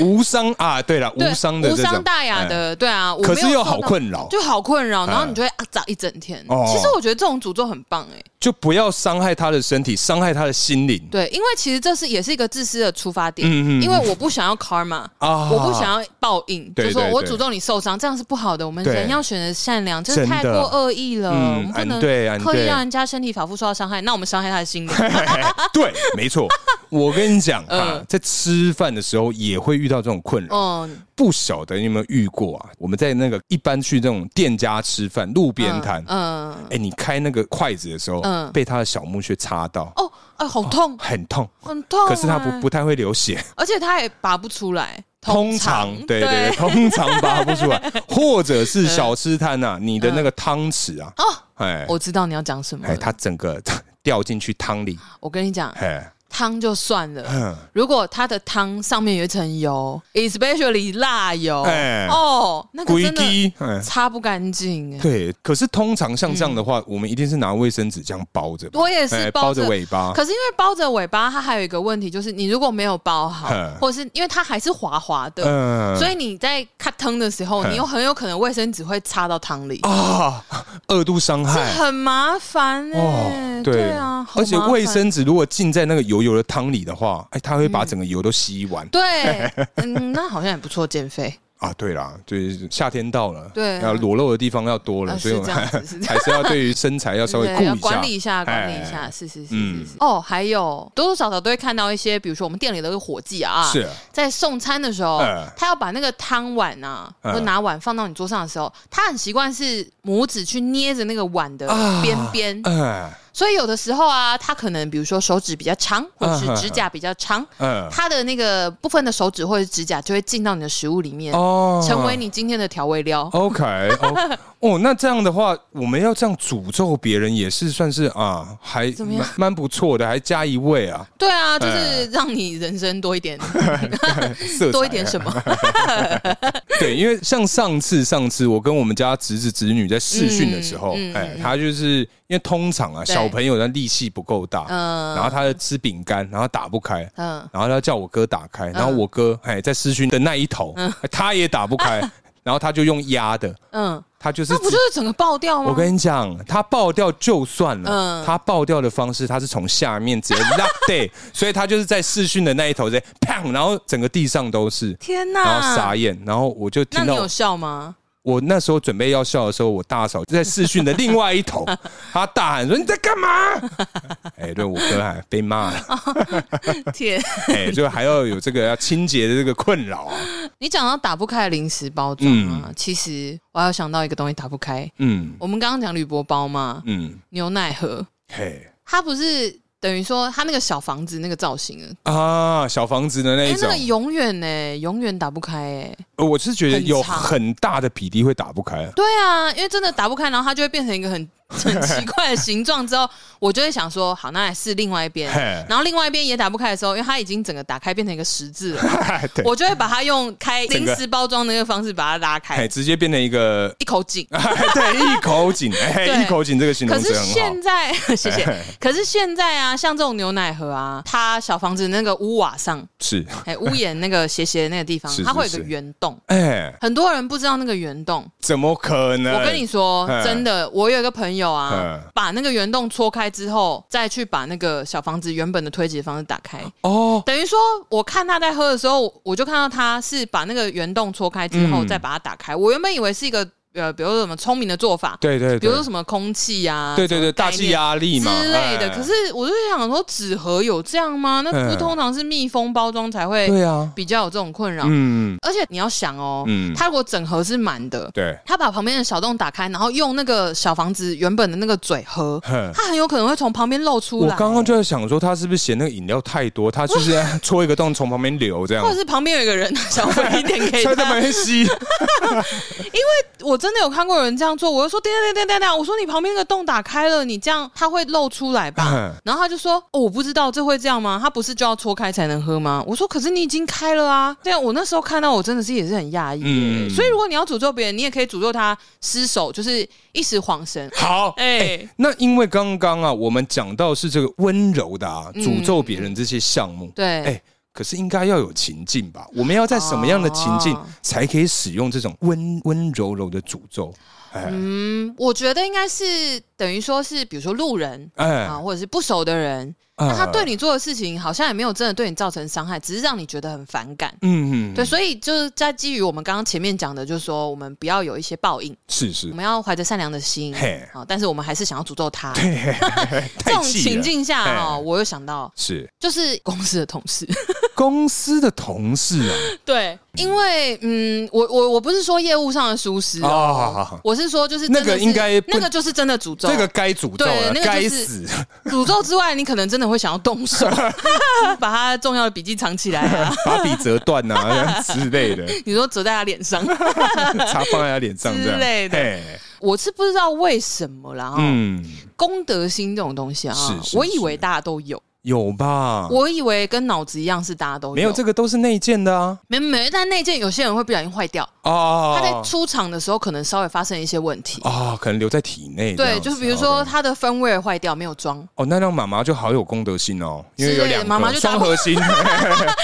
Speaker 1: 无伤啊，对了，
Speaker 2: 对
Speaker 1: 嗯无伤的
Speaker 2: 无
Speaker 1: 这种，
Speaker 2: 伤大雅
Speaker 1: 哎。
Speaker 2: 的，对啊。我
Speaker 1: 可
Speaker 2: 没
Speaker 1: 是又
Speaker 2: 有
Speaker 1: 好
Speaker 2: 受到，
Speaker 1: 困扰，哎
Speaker 2: 就好困扰，然后你就会啊找一整天。
Speaker 1: 哦
Speaker 2: 其实我觉得这种诅咒很棒哎，
Speaker 1: 就不要伤害他的身体，伤害他的心
Speaker 2: (laughs)
Speaker 1: 灵
Speaker 2: 对，因为其实这是也是一个自私的出发点，
Speaker 1: 嗯嗯嗯
Speaker 2: 因为我不想要 karma。
Speaker 1: 啊！
Speaker 2: 我不想要报应，
Speaker 1: 对
Speaker 2: 就说
Speaker 1: 对
Speaker 2: 我
Speaker 1: 对
Speaker 2: 诅咒你受伤，这样是不好的。我们
Speaker 1: 对
Speaker 2: 人要选择善良，这
Speaker 1: 真的
Speaker 2: 太过恶意了，
Speaker 1: 嗯
Speaker 2: 我们不
Speaker 1: 俺
Speaker 2: 能
Speaker 1: 对俺
Speaker 2: 刻意
Speaker 1: 对
Speaker 2: 让人家身体反复受到伤害，那我们伤害他的心灵。
Speaker 1: (laughs)
Speaker 2: 啊
Speaker 1: 对，没错。我跟你
Speaker 2: (laughs)
Speaker 1: 讲啊
Speaker 2: 嗯，
Speaker 1: 在吃饭的时候也会遇到这种困扰，
Speaker 2: 嗯，
Speaker 1: 不晓得你有没有遇过啊？我们在那个一般去这种店家吃饭，路边摊，
Speaker 2: 嗯，
Speaker 1: 哎，你开那个筷子的时候
Speaker 2: 嗯，
Speaker 1: 被他的小木屑插到，
Speaker 2: 哦，哎，好痛，
Speaker 1: 很痛，
Speaker 2: 很痛。
Speaker 1: 可是他
Speaker 2: 哎
Speaker 1: 不不，太会流
Speaker 2: (laughs)
Speaker 1: 血，
Speaker 2: 而且他也拔不出来。
Speaker 1: 通常
Speaker 2: 常，
Speaker 1: 对对对，通常拔不出
Speaker 2: (laughs)
Speaker 1: 来，或者是小吃摊啊，你的那个汤匙啊，
Speaker 2: 嗯哦，
Speaker 1: 哎
Speaker 2: 我知道你要讲什么
Speaker 1: 哎，
Speaker 2: 了。
Speaker 1: 它整个 (laughs) 掉进去汤里，
Speaker 2: 我跟你讲，
Speaker 1: 哎。
Speaker 2: 汤就算了，
Speaker 1: 嗯
Speaker 2: 如果它的汤上面有一层油，especially 辣油，
Speaker 1: 哎
Speaker 2: 哦，那个
Speaker 1: 规
Speaker 2: 真的
Speaker 1: 矩，嗯，
Speaker 2: 擦不干净。哎，
Speaker 1: 对。可是通常像这样的话，我们一定是拿卫生纸这样包着，
Speaker 2: 嗯我也
Speaker 1: 哎
Speaker 2: 是
Speaker 1: 包
Speaker 2: 包
Speaker 1: 着
Speaker 2: 着。
Speaker 1: 尾巴。
Speaker 2: 可是因为包着尾巴，它还有一个问题，就是你如果没有包好
Speaker 1: 嗯，
Speaker 2: 或者是因为它还是滑滑的，
Speaker 1: 嗯
Speaker 2: 所以你在咔汤的时候，
Speaker 1: 嗯
Speaker 2: 你又很有可能卫生纸会插到汤里。
Speaker 1: 啊，二度伤
Speaker 2: 这
Speaker 1: 害哦
Speaker 2: 很麻烦哎、对啊，好
Speaker 1: 哎而且
Speaker 2: 麻烦
Speaker 1: 卫生纸如果浸在那个油油的汤里的话，哎，它会
Speaker 2: 嗯
Speaker 1: 把整个油都吸完。
Speaker 2: 对，
Speaker 1: (laughs)
Speaker 2: 嗯，那好像也不错，减肥
Speaker 1: 啊，对啦，就是夏天到了，
Speaker 2: 对啊
Speaker 1: 要裸露的地方要多了，
Speaker 2: 啊
Speaker 1: 所以
Speaker 2: 是
Speaker 1: 我
Speaker 2: 这
Speaker 1: 们
Speaker 2: 样
Speaker 1: (laughs)
Speaker 2: 子，是这样。
Speaker 1: 还是要对于身材要稍微
Speaker 2: 对
Speaker 1: 顾
Speaker 2: 要
Speaker 1: 一
Speaker 2: 管
Speaker 1: 下
Speaker 2: 理一下，管理一
Speaker 1: 哎
Speaker 2: 下，是是是
Speaker 1: 嗯
Speaker 2: 是是。哦，还有多多少少都会看到一些，比如说我们店里的伙计啊，
Speaker 1: 是
Speaker 2: 在送餐的时候
Speaker 1: 哎，
Speaker 2: 他要把那个汤碗啊，
Speaker 1: 哎
Speaker 2: 或拿碗放到你桌上的时候，他很习惯是拇指去捏着那个碗的边边，
Speaker 1: 啊哎，
Speaker 2: 所以有的时候啊，他可能比如说手指比较长，或者
Speaker 1: 嗯
Speaker 2: 是指甲比较长，
Speaker 1: 嗯，
Speaker 2: 他的那个部分的手指或者指甲就会进到你的食物里面，
Speaker 1: 哦
Speaker 2: 成为你今天的调味料。
Speaker 1: OK，哦哦，那这样的话，我们要这样诅咒别人也是算是啊，还
Speaker 2: 怎么样
Speaker 1: 蛮蛮不错的，还加一位啊，
Speaker 2: 对啊，就是让你人生多一点，
Speaker 1: 色彩啊
Speaker 2: 多一点什么？
Speaker 1: 对，因为像上次上次我跟我们家侄子侄女在试训的时候，哎、
Speaker 2: 嗯嗯
Speaker 1: 他就是因为通常啊
Speaker 2: 对
Speaker 1: 小朋友他力气不够大，
Speaker 2: 嗯
Speaker 1: 然后他吃饼干，然后打不开。
Speaker 2: 嗯，
Speaker 1: 然后他叫我哥打开，然后我哥哎在试训的那一头，他也打不
Speaker 2: (laughs)
Speaker 1: 开，然后他就用压的，
Speaker 2: 嗯，
Speaker 1: 他就是
Speaker 2: 那不
Speaker 1: 只
Speaker 2: 就是整个爆掉吗？
Speaker 1: 我跟你讲，他爆掉就算了，
Speaker 2: 嗯
Speaker 1: 他爆掉的方式，他是从下面直接 (laughs) 拉对，所以他就是在视讯的那一头直接砰，然后整个地上都是，
Speaker 2: 天
Speaker 1: 然后
Speaker 2: 哪
Speaker 1: 傻！眼，然后我就
Speaker 2: 那
Speaker 1: 听
Speaker 2: 你
Speaker 1: 到
Speaker 2: 有笑
Speaker 1: (laughs)
Speaker 2: 吗？
Speaker 1: 我那时候准备要笑的时候，我大嫂就在视讯的另外一
Speaker 2: (laughs)
Speaker 1: 头，她大喊说：“你在干嘛？”哎，对我哥还被骂
Speaker 2: 哦
Speaker 1: 了，
Speaker 2: 天，
Speaker 1: 哎，就还要有这个要清洁的这个困扰啊，
Speaker 2: 你讲到打不开的零食包装啊，其实我还有想到一个东西打不开。
Speaker 1: 嗯
Speaker 2: 我们刚刚讲铝箔包嘛，
Speaker 1: 嗯，
Speaker 2: 牛奶盒，
Speaker 1: 嘿
Speaker 2: 它不是等于说它那个小房子那个造型啊，
Speaker 1: 啊，小房子的那
Speaker 2: 哎、
Speaker 1: 一种
Speaker 2: 那个，永远呢、永远打不开哎、
Speaker 1: 呃我是觉得
Speaker 2: 很
Speaker 1: 有
Speaker 2: 长
Speaker 1: 很大的比例会打不开。
Speaker 2: 对啊，因为真的打不开，然后它就会变成一个很 (laughs) 很奇怪的形状，之后我就会想说，好，那来试另外一边
Speaker 1: 嘿。
Speaker 2: 然后另外一边也打不开的时候，因为它已经整个打开变成一个十字了，
Speaker 1: 啊
Speaker 2: (laughs)
Speaker 1: 对，
Speaker 2: 我就会把它用开
Speaker 1: 整
Speaker 2: 临
Speaker 1: 个
Speaker 2: 时包装的那个方式把它拉开
Speaker 1: 哎，，直接变成一个 (laughs)
Speaker 2: 一口井。
Speaker 1: 啊对一口井，哎，
Speaker 2: 对
Speaker 1: 一口井这个形
Speaker 2: 可
Speaker 1: 容
Speaker 2: 是
Speaker 1: 词很好
Speaker 2: 现。在， (laughs) 谢谢。可是现在啊，像这种牛奶盒啊，它小房子那个屋瓦上，
Speaker 1: 是，
Speaker 2: 哎，屋檐那个斜斜的那个地方
Speaker 1: 是，是
Speaker 2: 它会有一个
Speaker 1: 是
Speaker 2: 圆洞。
Speaker 1: 哎，
Speaker 2: 很多人不知道那个圆洞，
Speaker 1: 怎么可能？
Speaker 2: 我跟你说
Speaker 1: 哎，
Speaker 2: 真的，我有一个朋友啊
Speaker 1: 哎，
Speaker 2: 把那个圆洞戳开之后，再去把那个小房子原本的推挤方式打开。
Speaker 1: 哦，
Speaker 2: 等于说，我看他在喝的时候，我我就看到他是把那个圆洞戳开之后，
Speaker 1: 嗯
Speaker 2: 再把它打开。我原本以为是一个呃，比如说什么聪明的做法，
Speaker 1: 对对，对
Speaker 2: 比如说什么空气啊呀，
Speaker 1: 对对对，大气
Speaker 2: 压。
Speaker 1: 压力嘛
Speaker 2: 之类的。
Speaker 1: 哎
Speaker 2: 可是我就想说，纸盒有这样吗？那
Speaker 1: 嗯
Speaker 2: 不通常是密封包装才会
Speaker 1: 对啊，
Speaker 2: 比较有这种困扰。
Speaker 1: 嗯，
Speaker 2: 而且你要想哦，
Speaker 1: 嗯
Speaker 2: 它如果整盒是满的，
Speaker 1: 对，
Speaker 2: 它把旁边的小洞打开，然后用那个小房子原本的那个嘴喝，
Speaker 1: (laughs) 哼
Speaker 2: 它很有可能会从旁边露出
Speaker 1: 我
Speaker 2: 来。
Speaker 1: 刚刚就在想说，他是不是嫌那个饮料太多，他就是 (laughs) 戳一个洞从旁边流这样
Speaker 2: 或，者是旁边有一个人想分一点给
Speaker 1: (laughs) 所以在旁
Speaker 2: 哎他， (laughs)
Speaker 1: 边吸。
Speaker 2: 我真的有看过有人这样做。我就说：“等一下等一下等一下等一下，我说你旁边那个洞打开了，你这样它会露出来吧？”
Speaker 1: (laughs) 嗯
Speaker 2: 然后他就说：“哦，我不知道这会这样吗？他不是就要戳开才能喝吗？”我说：“可是你已经开了啊！”对啊，我那时候看到我真的是也是很讶异耶、
Speaker 1: 嗯
Speaker 2: 所以如果你要诅咒别人，你也可以诅咒他失手，就是一时恍
Speaker 1: (laughs)
Speaker 2: 神。
Speaker 1: 好，
Speaker 2: 哎、
Speaker 1: 那因为刚刚啊，我们讲到是这个温柔的啊，
Speaker 2: 嗯
Speaker 1: 诅咒别人这些项目，
Speaker 2: 对，
Speaker 1: 哎，可是应该要有情境吧？我们要在什么样的情境
Speaker 2: 哦
Speaker 1: 才可以使用这种温温柔柔的诅咒？哎、
Speaker 2: 嗯，我觉得应该是等于说是，比如说路人。
Speaker 1: 哎、
Speaker 2: 啊，或者是不熟的人，那
Speaker 1: 啊
Speaker 2: 他对你做的事情好像也没有真的对你造成伤害，只是让你觉得很反感。
Speaker 1: 嗯，
Speaker 2: 对，所以就是在基于我们刚刚前面讲的，就是说我们不要有一些报应，
Speaker 1: 是
Speaker 2: 我
Speaker 1: 是，
Speaker 2: 们要怀着善良的心
Speaker 1: 嗯嘿，
Speaker 2: 好，但是我们还是想要诅咒他。这
Speaker 1: 太
Speaker 2: 种
Speaker 1: 气
Speaker 2: 情
Speaker 1: 了。
Speaker 2: 境下
Speaker 1: 嘿
Speaker 2: 哦，我又想到
Speaker 1: 是
Speaker 2: 就是公司的同
Speaker 1: (laughs)
Speaker 2: 事，
Speaker 1: 公司的同事啊，
Speaker 2: (laughs) 对，因为嗯，我我我不是说业务上的疏失
Speaker 1: 哦好好
Speaker 2: 哦
Speaker 1: 好，
Speaker 2: 我是说就是
Speaker 1: 那
Speaker 2: 真的
Speaker 1: 个
Speaker 2: 是
Speaker 1: 应该不
Speaker 2: 那个就是真的诅咒，
Speaker 1: 这个该诅咒了，
Speaker 2: 对那个
Speaker 1: 该
Speaker 2: 就是
Speaker 1: 死。
Speaker 2: 诅咒之外，你可能真的会想要动 (laughs) 手，把他重要的笔记藏起来 (laughs) 啊，
Speaker 1: 把笔折断啊之类
Speaker 2: (laughs)
Speaker 1: 的，
Speaker 2: 你说折在他脸上，
Speaker 1: 擦放在他脸上这样
Speaker 2: 之类的
Speaker 1: 嘿
Speaker 2: 我是不知道为什么啦，哦，
Speaker 1: 嗯，
Speaker 2: 公德心这种东西啊
Speaker 1: 是，是
Speaker 2: 我以为
Speaker 1: 是
Speaker 2: 大家都有。
Speaker 1: 有吧？
Speaker 2: 我以为跟脑子一样是大家都
Speaker 1: 没有这个都是内建的啊。
Speaker 2: 没没，但那件有些人会不小心坏掉，
Speaker 1: 哦，
Speaker 2: 他在出厂的时候可能稍微发生一些问题。
Speaker 1: 啊、可能留在体内这样
Speaker 2: 对，
Speaker 1: 子。
Speaker 2: 就是比如说
Speaker 1: OK
Speaker 2: 他的分位坏掉，没有装。
Speaker 1: 哦，那让妈妈就好有公德心哦，因为有
Speaker 2: 之类的
Speaker 1: 两个
Speaker 2: 妈妈就
Speaker 1: 双
Speaker 2: 打
Speaker 1: 核
Speaker 2: (laughs)
Speaker 1: 心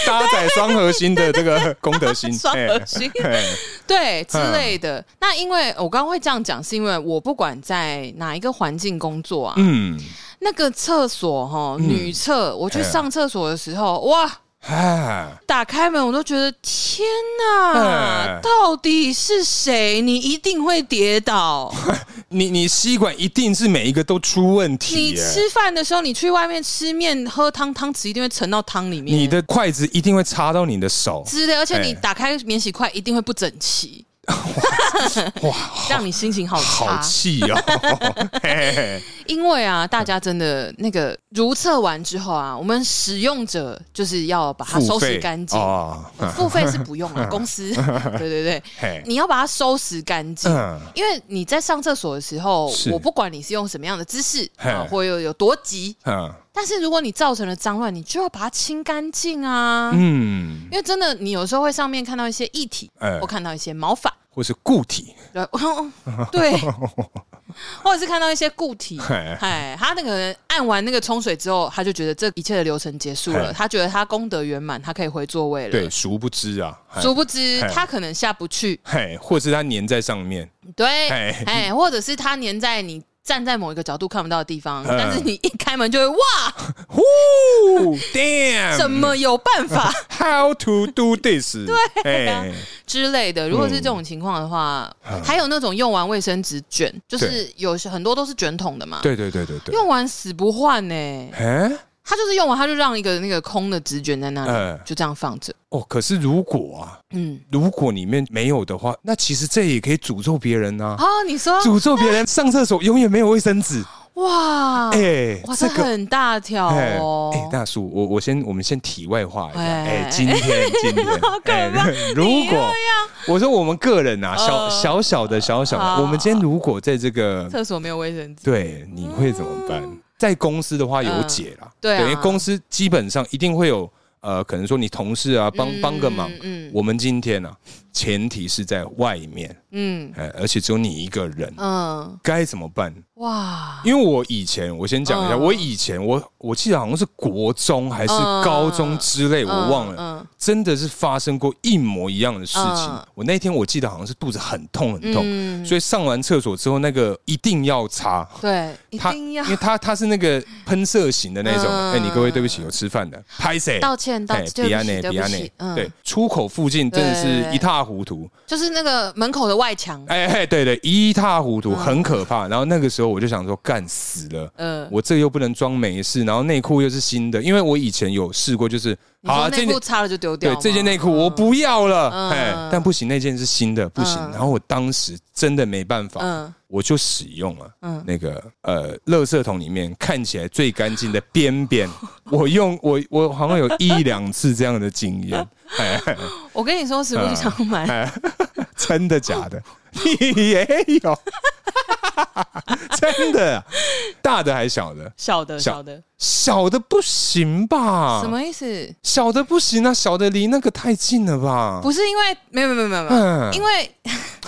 Speaker 1: 搭载双核心的这个公德
Speaker 2: (laughs)
Speaker 1: 心，
Speaker 2: 双核心，嗯
Speaker 1: 哎哎
Speaker 2: (laughs) 对之类的。那因为我刚刚会这样讲，是因为我不管在哪一个环境工作啊，
Speaker 1: 嗯，
Speaker 2: 那个厕所哈，女厕，我去上厕所的时候，哇，
Speaker 1: 哎，
Speaker 2: 打开门我都觉得天哪
Speaker 1: 哎，
Speaker 2: 到底是谁？你一定会
Speaker 1: (laughs)
Speaker 2: 跌倒。
Speaker 1: 你你吸管一定是每一个都出问题
Speaker 2: 你
Speaker 1: 耶，
Speaker 2: 吃饭的时候，你去外面吃面喝汤，汤匙一定会沉到汤里面。
Speaker 1: 你的筷子一定会插到你的
Speaker 2: (laughs)
Speaker 1: 手，
Speaker 2: 之类，而且你
Speaker 1: 哎
Speaker 2: 打开免洗筷一定会不整齐，
Speaker 1: 哇，
Speaker 2: 让你心情好差。
Speaker 1: 好
Speaker 2: (laughs)
Speaker 1: 气哦，嘿嘿
Speaker 2: 因为啊，大家真的那个如厕完之后啊，我们使用者就是要把它收
Speaker 1: 付
Speaker 2: 拾
Speaker 1: 费
Speaker 2: 干净。
Speaker 1: 哦，
Speaker 2: 付费是不
Speaker 1: (laughs)
Speaker 2: 用了，公司对对对，
Speaker 1: 嘿，
Speaker 2: 你要把它收拾干净。
Speaker 1: 哎嗯
Speaker 2: 因为你在上厕所的时候，
Speaker 1: 是
Speaker 2: 我不管你是用什么样的姿势
Speaker 1: 嘿
Speaker 2: 啊，或有有多急，
Speaker 1: 嗯
Speaker 2: 但是如果你造成了脏乱，你就要把它清干净啊。
Speaker 1: 嗯，
Speaker 2: 因为真的，你有时候会上面看到一些液体，
Speaker 1: 哎
Speaker 2: 或看到一些毛发，
Speaker 1: 或是固体，
Speaker 2: 对，哦
Speaker 1: (laughs)
Speaker 2: 对，或者是看到一些固体，
Speaker 1: 嘿
Speaker 2: 哎，他那个人按完那个冲水之后，他就觉得这一切的流程结束了，
Speaker 1: 嘿
Speaker 2: 他觉得他功德圆满，他可以回座位了。
Speaker 1: 对，，殊不知啊，嘿
Speaker 2: 殊不知
Speaker 1: 嘿
Speaker 2: 他可能下不去，
Speaker 1: 嘿，或是它粘在上
Speaker 2: (laughs)
Speaker 1: 面，
Speaker 2: 对，
Speaker 1: 嘿
Speaker 2: 哎，或者是他粘在你站在某一个角度看不到的地方，
Speaker 1: 嗯
Speaker 2: 但是你一开门就会哇，
Speaker 1: 呼，damn，
Speaker 2: 怎么有办
Speaker 1: (laughs)
Speaker 2: 法
Speaker 1: How to do
Speaker 2: (laughs)
Speaker 1: this？对
Speaker 2: 啊之类的？如果是这种情况的话，
Speaker 1: 嗯
Speaker 2: 还有那种用完卫生纸卷，就是有些很多都是卷筒的嘛，
Speaker 1: 对对对对对，
Speaker 2: 用完死不换呢、
Speaker 1: 哎，
Speaker 2: 他就是用完他就让一个那个空的纸卷在那里，
Speaker 1: 嗯
Speaker 2: 就这样放着，
Speaker 1: 哦，可是如果啊，
Speaker 2: 嗯。
Speaker 1: 如果里面没有的话，那其实这也可以诅咒别人啊，
Speaker 2: 哦，你说
Speaker 1: 诅咒别人上厕所永远没有卫生纸，
Speaker 2: 哇，
Speaker 1: 哎
Speaker 2: 啊哇，，这
Speaker 1: 这个。
Speaker 2: 很大条
Speaker 1: 哎
Speaker 2: 哦，
Speaker 1: 哎，大叔，我我先我们先题外话一下，
Speaker 2: 哎
Speaker 1: 哎，今天今天，
Speaker 2: (laughs)
Speaker 1: 哎， (laughs) 如
Speaker 2: 你又
Speaker 1: 果我说我们个人啊，小
Speaker 2: 呃
Speaker 1: 小小的小小
Speaker 2: 啊
Speaker 1: 的，我们今天如果在这个
Speaker 2: 厕所没有卫生纸，
Speaker 1: 对，你会怎么办？在公司的话有解啦，
Speaker 2: 嗯对啊
Speaker 1: 因为公司基本上一定会有呃，可能说你同事啊帮
Speaker 2: 嗯
Speaker 1: 帮个忙。
Speaker 2: 嗯
Speaker 1: 我们今天呢、啊，前提是在外面，
Speaker 2: 嗯
Speaker 1: 呃，而且只有你一个人，
Speaker 2: 嗯，
Speaker 1: 该怎么办？
Speaker 2: 哇，
Speaker 1: 因为我以前，我先讲一下，
Speaker 2: 嗯
Speaker 1: 我以前我我记得好像是国中还是
Speaker 2: 嗯
Speaker 1: 高中之类，我忘了，
Speaker 2: 了，
Speaker 1: 真的是发生过一模一样的事情
Speaker 2: 嗯。
Speaker 1: 我那天我记得好像是肚子很痛很痛，
Speaker 2: 嗯
Speaker 1: 所以上完厕所之后，那个一定要擦。
Speaker 2: 对，一
Speaker 1: 它
Speaker 2: 定要
Speaker 1: 因为它它是那个喷射型的那种。
Speaker 2: 嗯
Speaker 1: 哎、你各位对不起，有吃饭的，拍谁？
Speaker 2: 道歉，道
Speaker 1: 哎
Speaker 2: 歉，
Speaker 1: 比
Speaker 2: 对
Speaker 1: 亚
Speaker 2: 不
Speaker 1: 内
Speaker 2: 起，对
Speaker 1: 比
Speaker 2: 不
Speaker 1: 亚内
Speaker 2: 起，，嗯，
Speaker 1: 对，，出口附近真的是一塌糊涂，
Speaker 2: 就是那个门口的外墙，
Speaker 1: 哎哎，对对，一塌糊
Speaker 2: 嗯
Speaker 1: 涂，很可怕。然后那个时候我就想说，干死了。
Speaker 2: 呃，
Speaker 1: 我这个又不能装没事，然后内裤又是新的，因为我以前有试过，就是
Speaker 2: 你说
Speaker 1: 啊
Speaker 2: 内
Speaker 1: 这
Speaker 2: 裤
Speaker 1: 件
Speaker 2: 擦了就丢掉
Speaker 1: 对
Speaker 2: 吗，
Speaker 1: 这件内裤我不要了，
Speaker 2: 嗯
Speaker 1: 哎、但不行，那件是新的，不行。
Speaker 2: 嗯
Speaker 1: 然后我当时真的没办法，
Speaker 2: 嗯
Speaker 1: 我就使用了，
Speaker 2: 嗯
Speaker 1: 那个呃，垃圾桶里面看起来最干净的边边，我用我我好像有一两次这样的经验，哎，
Speaker 2: 我跟你说，实
Speaker 1: 嗯
Speaker 2: 不相瞒，
Speaker 1: 真的假的？你也有， (laughs) 真的啊，大的还小的，
Speaker 2: 小的，
Speaker 1: 小嗯
Speaker 2: 小的，
Speaker 1: 小的不行吧？
Speaker 2: 什？么意思？
Speaker 1: 小的不行啊，小的离那个太近了吧？
Speaker 2: 不是因为没有没有没有没有，
Speaker 1: 嗯
Speaker 2: 因为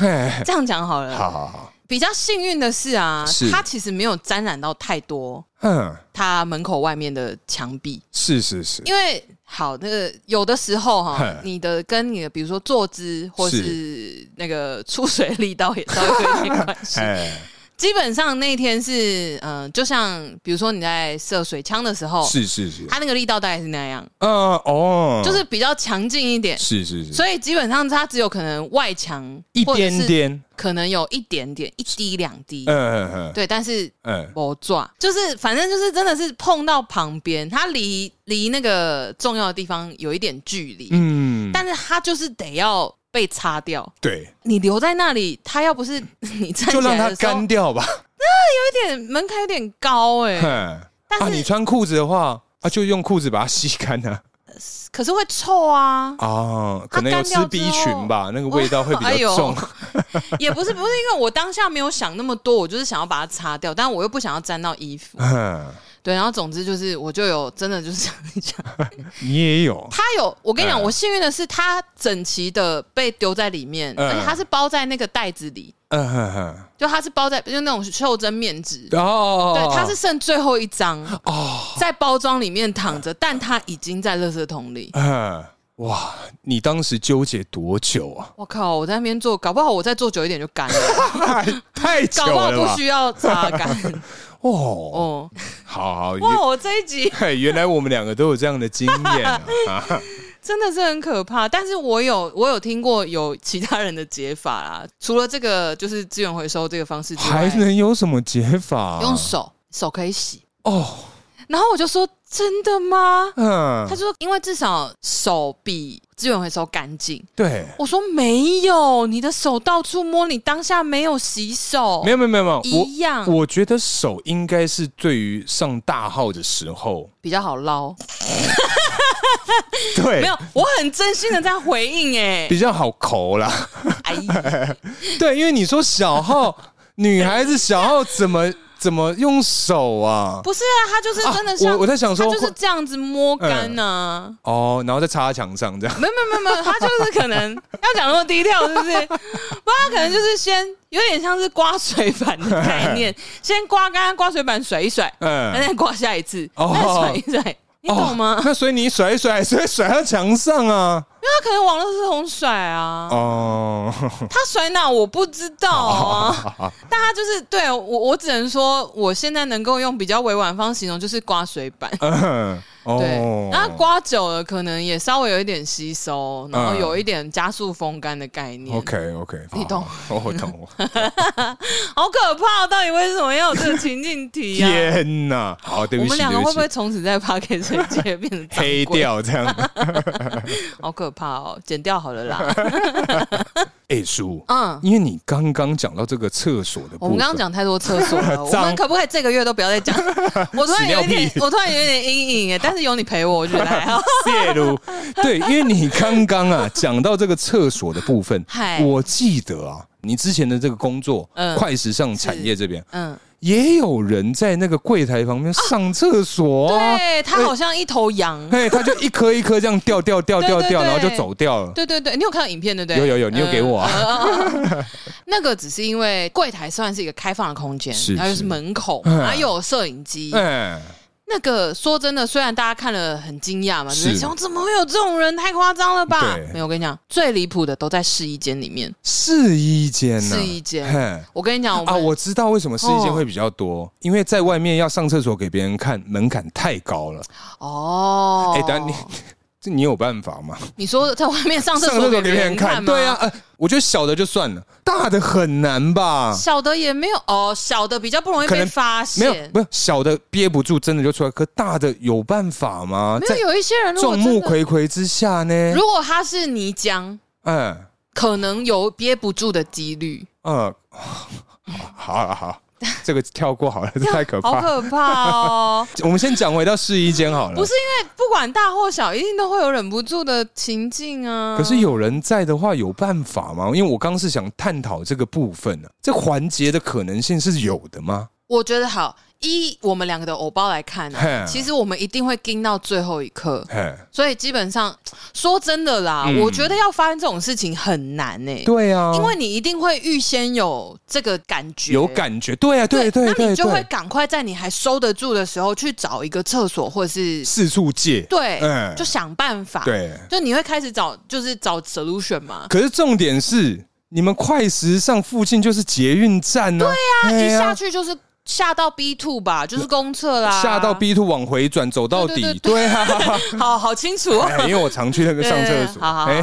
Speaker 1: 哎，
Speaker 2: 这样讲好了，
Speaker 1: 好好好，
Speaker 2: 比较幸运的是啊，
Speaker 1: 是
Speaker 2: 它其实没有沾染到太多
Speaker 1: 嗯，
Speaker 2: 它门口外面的墙壁，
Speaker 1: 是是是，
Speaker 2: 因为好那个有的时候哈
Speaker 1: 哼，
Speaker 2: 你的跟你的比如说坐姿或是那个出水力道也稍微有一点关系。
Speaker 1: 哎，
Speaker 2: 基本上那天是嗯、呃就像比如说你在射水枪的时候，
Speaker 1: 是是是，
Speaker 2: 它那个力道大概是那样，
Speaker 1: 嗯哦，
Speaker 2: 就是比较强劲一点。
Speaker 1: 是是是，
Speaker 2: 所以基本上它只有可能外墙
Speaker 1: 一点，
Speaker 2: 或者是
Speaker 1: 点，
Speaker 2: 可能有一点点一滴两滴，
Speaker 1: 嗯嗯嗯
Speaker 2: 对，但是
Speaker 1: 嗯，
Speaker 2: 我抓，就是反正就是真的是碰到旁边，它离离那个重要的地方有一点距离，
Speaker 1: 嗯，
Speaker 2: 但是它就是得要被擦掉。
Speaker 1: 对，
Speaker 2: 你留在那里，它要
Speaker 1: (laughs)
Speaker 2: 不是你站起
Speaker 1: 就让
Speaker 2: 来
Speaker 1: 它
Speaker 2: 的时候，
Speaker 1: 干掉吧。
Speaker 2: 有点门槛有点高哎、
Speaker 1: 哼
Speaker 2: 但
Speaker 1: (laughs)
Speaker 2: 是
Speaker 1: 啊，你穿裤子的话，啊，就用裤子把它吸干啊。，
Speaker 2: 可是会臭啊
Speaker 1: 哦，
Speaker 2: 它
Speaker 1: 可能有
Speaker 2: 干
Speaker 1: 吃
Speaker 2: 掉之
Speaker 1: B
Speaker 2: 后哎
Speaker 1: 群吧，那个味道会比较重。
Speaker 2: 也不是不是因为我当下没有想那么多，我就是想要把它擦掉，但我又不想要沾到衣服，
Speaker 1: 嗯，
Speaker 2: 对，然后总之就是我就有真的就是 (laughs) 像你讲。
Speaker 1: 你也有
Speaker 2: 它有，我跟你讲，
Speaker 1: 嗯
Speaker 2: 我幸运的是它整齐的被丢在里面，
Speaker 1: 嗯
Speaker 2: 而且它是包在那个袋子里，
Speaker 1: 嗯哼哼，
Speaker 2: 就它是包在就那种袖珍面纸，
Speaker 1: 哦哦，哦
Speaker 2: 对，它是剩最后一张
Speaker 1: 哦，
Speaker 2: 在包装里面躺着，但它已经在垃圾桶里。
Speaker 1: 嗯，哇，你当时纠结多久
Speaker 2: (laughs)
Speaker 1: 啊？
Speaker 2: 我靠！我在那边做，搞不好我再做久一点就干了，
Speaker 1: 太 (laughs) 久
Speaker 2: 搞不好
Speaker 1: 了
Speaker 2: 不
Speaker 1: 吧？
Speaker 2: 需要擦干。
Speaker 1: (laughs) 哦，
Speaker 2: 哦，
Speaker 1: 好好，原
Speaker 2: 哇！我这一集
Speaker 1: 嘿 (laughs) 原来我们两个都有这样的经验
Speaker 2: (laughs)
Speaker 1: 啊啊！
Speaker 2: 真的是很可怕，但是我有我有听过有其他人的解法啦，除了这个就是资源回收这个方式之外，
Speaker 1: 还能有什么解法啊？
Speaker 2: 用手手可以洗。
Speaker 1: 哦，
Speaker 2: 然后我就说真的吗？
Speaker 1: 嗯
Speaker 2: 他，说，因为至少手比资源回收干净。
Speaker 1: 对，
Speaker 2: 我说没有，你的手到处摸，你当下没有洗手，
Speaker 1: 没有没有没有没有，
Speaker 2: 一样
Speaker 1: 我我觉得手应该是对于上大号的时
Speaker 2: (laughs)
Speaker 1: 候，
Speaker 2: 比较好捞。
Speaker 1: 对，哎
Speaker 2: 没有，我很真心的在回应、
Speaker 1: (laughs) 比较好抠
Speaker 2: (laughs)
Speaker 1: 啦。
Speaker 2: 哎，哎，
Speaker 1: 对，因为你说小号，女孩子小号怎么 (laughs) 怎么用手啊？
Speaker 2: 不是啊，他就是真的像，
Speaker 1: 啊我我在想说
Speaker 2: 他就是这样子摸干呢、啊。
Speaker 1: 哦，然后再插在墙上这样。
Speaker 2: 没有没有没有没有，他就是可能要讲那么低调，是不
Speaker 1: (laughs)
Speaker 2: 是？不，他可能就是先有点像是刮水板的
Speaker 1: (laughs)
Speaker 2: 概念，先刮干刮水板甩一甩，
Speaker 1: 嗯
Speaker 2: 然后再刮下一次，
Speaker 1: 哦
Speaker 2: 再甩一甩，哎你懂吗？
Speaker 1: 哦那所以你甩一甩，所以甩到墙上啊。
Speaker 2: 因为他可能网络是红甩啊，
Speaker 1: 哦，
Speaker 2: 他甩哪我不知
Speaker 1: (laughs)
Speaker 2: 道啊。但他就是对我，我只能说我现在能够用比较委婉方形容，就是刮水板。
Speaker 1: 嗯，
Speaker 2: 对，啊
Speaker 1: 哦，
Speaker 2: 然后刮久了，可能也稍微有一点吸收，然后
Speaker 1: 嗯
Speaker 2: 有一点加速风干的概念。
Speaker 1: OK OK，
Speaker 2: (laughs) 你懂
Speaker 1: 我懂。
Speaker 2: (laughs) 好可怕！到底为什么要有这个情境
Speaker 1: (laughs)
Speaker 2: 题呀、啊？
Speaker 1: 天哪！好，对
Speaker 2: 我
Speaker 1: 不起，
Speaker 2: 们两个
Speaker 1: 对
Speaker 2: 会
Speaker 1: 不
Speaker 2: 不会
Speaker 1: 起，
Speaker 2: 从此在 p a r k e t 界变成掌
Speaker 1: (laughs) 黑
Speaker 2: 柜？
Speaker 1: 掉这样？
Speaker 2: (laughs) 好可怕哦！剪掉好了啦。
Speaker 1: 哎，叔，
Speaker 2: 嗯，
Speaker 1: 因为你刚刚讲到这个厕所的部分，
Speaker 2: 我们刚刚讲太多厕所了，
Speaker 1: (laughs)
Speaker 2: 我
Speaker 1: 脏
Speaker 2: 们可不可以这个月都不要再
Speaker 1: (laughs)
Speaker 2: 讲？我突然有一点
Speaker 1: 屎尿，屁
Speaker 2: 我突然有一点阴影哎，但是有你陪我，我觉得还好。
Speaker 1: 泄露，
Speaker 2: (laughs)
Speaker 1: 对，因为你刚刚啊讲到这个厕所的部分
Speaker 2: (laughs) 嗨，
Speaker 1: 我记得啊，你之前的这个工作，
Speaker 2: 嗯
Speaker 1: 快时尚产业这边
Speaker 2: 嗯，
Speaker 1: 也有人在那个柜台旁边上厕
Speaker 2: 哦
Speaker 1: 所啊，
Speaker 2: 啊对他好像一头羊。
Speaker 1: 嘿，他就一颗一颗这样掉掉掉掉
Speaker 2: 对对
Speaker 1: 掉，
Speaker 2: 对
Speaker 1: 然后就走掉了。
Speaker 2: 对对对，你有看到影片对不对？嗯
Speaker 1: 有有有，你有给我啊？
Speaker 2: (laughs) 那个只是因为柜台虽然是一个开放的空间，
Speaker 1: 是
Speaker 2: 然后又
Speaker 1: 是
Speaker 2: 是门口，
Speaker 1: 嗯
Speaker 2: 然后又有摄影机，
Speaker 1: 嗯，
Speaker 2: 那个说真的，虽然大家看了很惊讶嘛，
Speaker 1: 是
Speaker 2: 就是想怎么会有这种人，太夸张了吧
Speaker 1: 对？
Speaker 2: 没有，我跟你讲，最离谱的都在试衣间里面。
Speaker 1: 试衣间呢？
Speaker 2: 试衣间
Speaker 1: 嘿
Speaker 2: 我跟你讲，我们、
Speaker 1: 啊，
Speaker 2: 哦
Speaker 1: 我知道为什么试衣间会比较多，因为在外面要上厕所给别人看，门槛太高了。
Speaker 2: 哦，
Speaker 1: 哎，但你 (laughs) 这你有办法吗？
Speaker 2: 你说在外面上厕
Speaker 1: 上厕
Speaker 2: 所
Speaker 1: 所
Speaker 2: 给
Speaker 1: 给别人看，
Speaker 2: 看吗？
Speaker 1: 对啊，，呃，我觉得小的就算了，大的很难吧？
Speaker 2: 小的也没有哦，小的比较不容易
Speaker 1: 可
Speaker 2: 被
Speaker 1: 能
Speaker 2: 发
Speaker 1: 没有，
Speaker 2: 现。
Speaker 1: 不是小的憋不住，真的就出来。可大的有办法吗？
Speaker 2: 没
Speaker 1: 啊在
Speaker 2: 有有一些人如果
Speaker 1: 众
Speaker 2: 真
Speaker 1: 目
Speaker 2: 的，
Speaker 1: 睽睽之下呢？
Speaker 2: 如果他是泥浆，
Speaker 1: 嗯
Speaker 2: 可能有憋不住的几率，
Speaker 1: 嗯， (laughs) 好了好，这个跳过好了，这太可
Speaker 2: (laughs) 好
Speaker 1: 怕。
Speaker 2: 可怕哦。 (laughs)
Speaker 1: 我们先讲回到试衣间好了
Speaker 2: 不。是因为不管大或小，一定都会有忍不住的情境啊。
Speaker 1: 可是有人在的话，有办法吗？因为我刚是想探讨这个部分呢、啊，这环节的可能性是有的吗？
Speaker 2: 我觉得好，依我们两个的偶包来看、啊，
Speaker 1: 嘿
Speaker 2: 其实我们一定会盯到最后一刻，
Speaker 1: 嘿，
Speaker 2: 所以基本上说真的啦，
Speaker 1: 嗯
Speaker 2: 我觉得要发生这种事情很难呢、
Speaker 1: 对啊，
Speaker 2: 因为你一定会预先有这个感觉，
Speaker 1: 有感觉，对啊，对对
Speaker 2: 那
Speaker 1: 对
Speaker 2: 你就会
Speaker 1: 对，
Speaker 2: 赶快在你还收得住的时候去找一个厕所，或者是
Speaker 1: 四处借，
Speaker 2: 对，啊
Speaker 1: 嗯
Speaker 2: 就想办法，，
Speaker 1: 对。
Speaker 2: 就你会开始找，就是找 solution 嘛。
Speaker 1: 可是重点是，你们快时尚附近就是捷运站啊呢、对
Speaker 2: 啊一下去就是下到 B two 吧，就是公厕啦，
Speaker 1: 下到 B two 往回转，走到底，
Speaker 2: 对对
Speaker 1: 对啊。
Speaker 2: (laughs) 好好清楚哦。
Speaker 1: 哎因为我常去那个上厕所，
Speaker 2: 对好好好
Speaker 1: 哎呀，